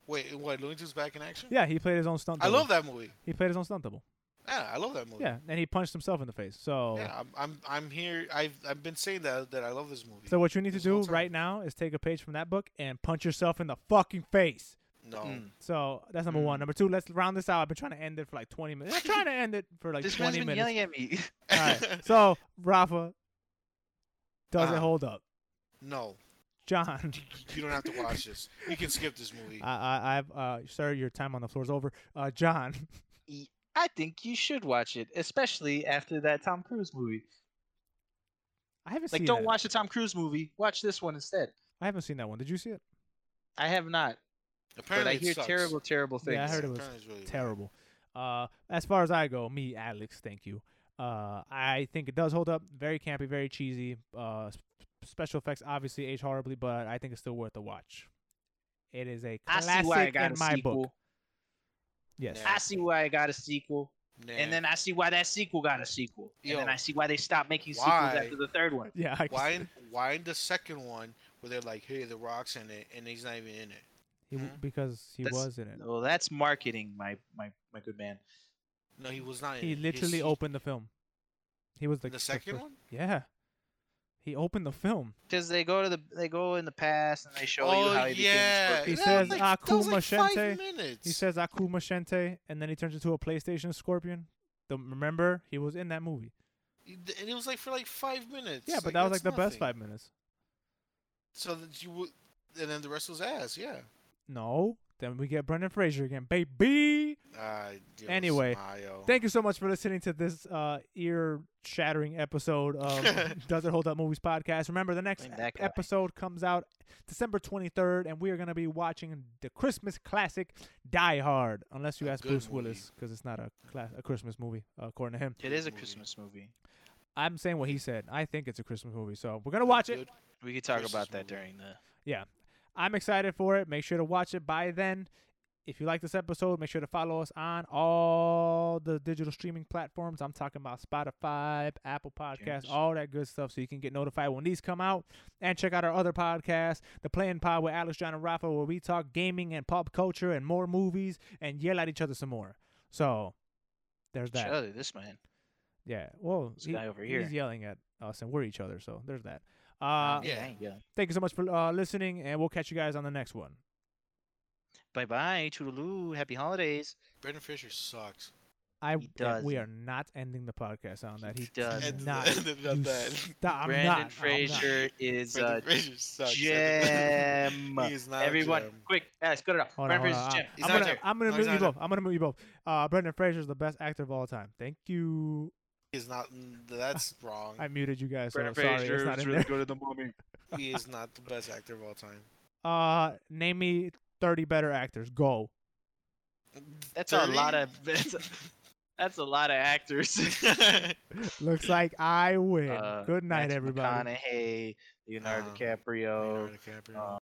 [SPEAKER 3] Wait, what? Looney Tunes back in action?
[SPEAKER 1] yeah, he played his own stunt.
[SPEAKER 3] I
[SPEAKER 1] Double.
[SPEAKER 3] love that movie.
[SPEAKER 1] He played his own stunt double.
[SPEAKER 3] Yeah, I love that movie.
[SPEAKER 1] Yeah, and he punched himself in the face. So,
[SPEAKER 3] Yeah, I'm, I'm, I'm here. I've, I've been saying that that I love this movie.
[SPEAKER 1] so what you need to
[SPEAKER 3] This whole
[SPEAKER 1] do
[SPEAKER 3] time.
[SPEAKER 1] right now is take a page from that book and punch yourself in the fucking face.
[SPEAKER 3] no,
[SPEAKER 2] mm.
[SPEAKER 1] So that's number one. Number two, let's round this out. I've been trying to end it for like 20 minutes. I'm trying to end it for like
[SPEAKER 2] this man's
[SPEAKER 1] 20
[SPEAKER 2] been
[SPEAKER 1] minutes.
[SPEAKER 2] yelling at me.
[SPEAKER 1] All right. So Rafa, does
[SPEAKER 3] Uh-huh.
[SPEAKER 1] it hold up?
[SPEAKER 3] no.
[SPEAKER 1] John,
[SPEAKER 3] You don't have to watch this. You can skip this movie.
[SPEAKER 1] I, I, I've, uh, sir, your time on the floor is over. Uh, John,
[SPEAKER 2] I think you should watch it, especially after that Tom Cruise movie.
[SPEAKER 1] I haven't
[SPEAKER 2] Like,
[SPEAKER 1] seen.
[SPEAKER 2] don't
[SPEAKER 1] that.
[SPEAKER 2] watch the Tom Cruise movie. Watch this one instead.
[SPEAKER 1] I haven't seen that one. Did you see it?
[SPEAKER 2] I have not, but
[SPEAKER 3] Apparently,
[SPEAKER 2] I
[SPEAKER 3] it
[SPEAKER 2] hear
[SPEAKER 3] sucks.
[SPEAKER 2] terrible, terrible things.
[SPEAKER 1] Yeah, I heard it was
[SPEAKER 3] Apparently it's really bad.
[SPEAKER 1] Terrible. Uh, as far as I go, me, Alex, thank you. Uh, I think it does hold up. Very campy, very cheesy. Uh, s- special effects obviously age horribly, but I think it's still worth a watch. It is a
[SPEAKER 2] I
[SPEAKER 1] classic
[SPEAKER 2] see why I got
[SPEAKER 1] in
[SPEAKER 2] a
[SPEAKER 1] my
[SPEAKER 2] sequel.
[SPEAKER 1] book. Yes.
[SPEAKER 3] Yeah.
[SPEAKER 2] I see why I got a sequel.
[SPEAKER 3] Nah.
[SPEAKER 2] And then I see why that sequel got a sequel. And then
[SPEAKER 3] Yo,
[SPEAKER 2] I see why they stopped making
[SPEAKER 3] why?
[SPEAKER 2] sequels after the third one.
[SPEAKER 1] Yeah. I
[SPEAKER 3] why in, why in the second one where they're like, hey, the rock's in it, and he's not even in it?
[SPEAKER 1] He, w-
[SPEAKER 3] Mhm.
[SPEAKER 1] because he
[SPEAKER 2] That's-
[SPEAKER 1] was in it.
[SPEAKER 2] Oh, that's marketing, my my my good man.
[SPEAKER 3] No, he was not. in
[SPEAKER 1] He
[SPEAKER 3] it.
[SPEAKER 1] literally
[SPEAKER 3] He's-
[SPEAKER 1] opened the film. He was the,
[SPEAKER 3] the, second
[SPEAKER 1] fir-
[SPEAKER 3] one.
[SPEAKER 1] Yeah. He opened the film.
[SPEAKER 2] Because they go to the they go in the past and they show you
[SPEAKER 3] Oh
[SPEAKER 2] how he
[SPEAKER 3] yeah,
[SPEAKER 2] became.
[SPEAKER 1] He
[SPEAKER 3] That
[SPEAKER 1] says,
[SPEAKER 3] was like, that was
[SPEAKER 1] "Akuma
[SPEAKER 3] like
[SPEAKER 1] Shente."
[SPEAKER 3] five minutes.
[SPEAKER 1] He says Aku Machente, and then he turns into a PlayStation Scorpion. The, remember, he was in that movie.
[SPEAKER 3] and it was like for like five minutes.
[SPEAKER 1] Yeah, but that was like
[SPEAKER 3] that's
[SPEAKER 1] the best
[SPEAKER 3] nothing.
[SPEAKER 1] five minutes.
[SPEAKER 3] So that you would, and then the rest was ass. Yeah.
[SPEAKER 1] No. Then we get Brendan Fraser again, baby.
[SPEAKER 3] Uh, it was
[SPEAKER 1] Anyway,
[SPEAKER 3] Mayo.
[SPEAKER 1] Thank you so much for listening to this uh, ear-shattering episode of Does It Hold Up Movies podcast. Remember, the next
[SPEAKER 2] Blame that guy.
[SPEAKER 1] episode comes out December 23rd, and we are going to be watching the Christmas classic Die Hard, unless you
[SPEAKER 3] A
[SPEAKER 1] ask
[SPEAKER 3] good
[SPEAKER 1] Bruce
[SPEAKER 3] movie.
[SPEAKER 1] Willis, because it's not a, class- a Christmas movie, uh, according to him.
[SPEAKER 2] It is a
[SPEAKER 3] movie.
[SPEAKER 2] Christmas movie.
[SPEAKER 1] I'm saying what he said. I think it's a Christmas movie, so we're going to watch it.
[SPEAKER 3] Good.
[SPEAKER 2] We could talk
[SPEAKER 3] Christmas
[SPEAKER 2] about that
[SPEAKER 3] movie.
[SPEAKER 2] during the.
[SPEAKER 1] I'm excited for it. Make sure to watch it by then. If you like this episode, make sure to follow us on all the digital streaming platforms. I'm talking about Spotify, Apple Podcasts,
[SPEAKER 2] Yes.
[SPEAKER 1] all that good stuff, so you can get notified when these come out. And check out our other podcasts, The Playing Pod with Alex, John, and Rafa, where we talk gaming and pop culture and more movies and yell at each other some more. So There's that.
[SPEAKER 2] Surely this man,
[SPEAKER 1] Yeah. Well,
[SPEAKER 2] this
[SPEAKER 1] he-
[SPEAKER 2] guy over here. Oh,
[SPEAKER 1] he's yelling at us, and we're each other, so there's that. Uh,
[SPEAKER 3] Yeah.
[SPEAKER 2] yeah.
[SPEAKER 1] Thank you so much for uh, listening, and we'll catch you guys on the next one.
[SPEAKER 2] Bye bye. Toodaloo. Happy holidays.
[SPEAKER 3] Brendan Fisher sucks.
[SPEAKER 1] I
[SPEAKER 2] He does.
[SPEAKER 1] we are not ending the podcast on that.
[SPEAKER 2] He
[SPEAKER 1] He
[SPEAKER 2] does.
[SPEAKER 3] And
[SPEAKER 1] Not,
[SPEAKER 3] then-
[SPEAKER 1] you
[SPEAKER 3] not that.
[SPEAKER 1] stop. I'm
[SPEAKER 2] Brandon
[SPEAKER 1] not, I'm not.
[SPEAKER 2] Fraser is
[SPEAKER 3] Brendan
[SPEAKER 2] a
[SPEAKER 3] Fraser sucks.
[SPEAKER 2] gem.
[SPEAKER 3] He is not a
[SPEAKER 2] Everyone,
[SPEAKER 3] gem.
[SPEAKER 2] quick, Alex, good enough.
[SPEAKER 1] Hold on,
[SPEAKER 2] Brandon
[SPEAKER 1] hold on.
[SPEAKER 2] Fraser's a gem.
[SPEAKER 3] He's
[SPEAKER 1] I'm
[SPEAKER 3] not
[SPEAKER 1] gonna,
[SPEAKER 3] there.
[SPEAKER 1] I'm gonna
[SPEAKER 3] No,
[SPEAKER 1] mute
[SPEAKER 3] he's
[SPEAKER 1] you
[SPEAKER 3] not
[SPEAKER 1] both. I'm gonna mute you both. Uh, Brendan Fraser is the best actor of all time. Thank you.
[SPEAKER 3] He is not. That's wrong.
[SPEAKER 1] I muted you guys, so
[SPEAKER 2] Brendan
[SPEAKER 1] sorry, it's not in there.
[SPEAKER 2] good at the mummy.
[SPEAKER 3] He is not the best actor of all time.
[SPEAKER 1] Uh, name me 30 better actors. Go.
[SPEAKER 2] That's a lot
[SPEAKER 3] 30?
[SPEAKER 2] of that's a, that's a lot of actors.
[SPEAKER 1] Looks like I win.
[SPEAKER 2] Uh,
[SPEAKER 1] Good night,
[SPEAKER 2] Matthew
[SPEAKER 1] everybody.
[SPEAKER 2] McConaughey, Leonardo
[SPEAKER 3] Um,
[SPEAKER 2] DiCaprio.
[SPEAKER 3] Leonardo DiCaprio.
[SPEAKER 2] uh,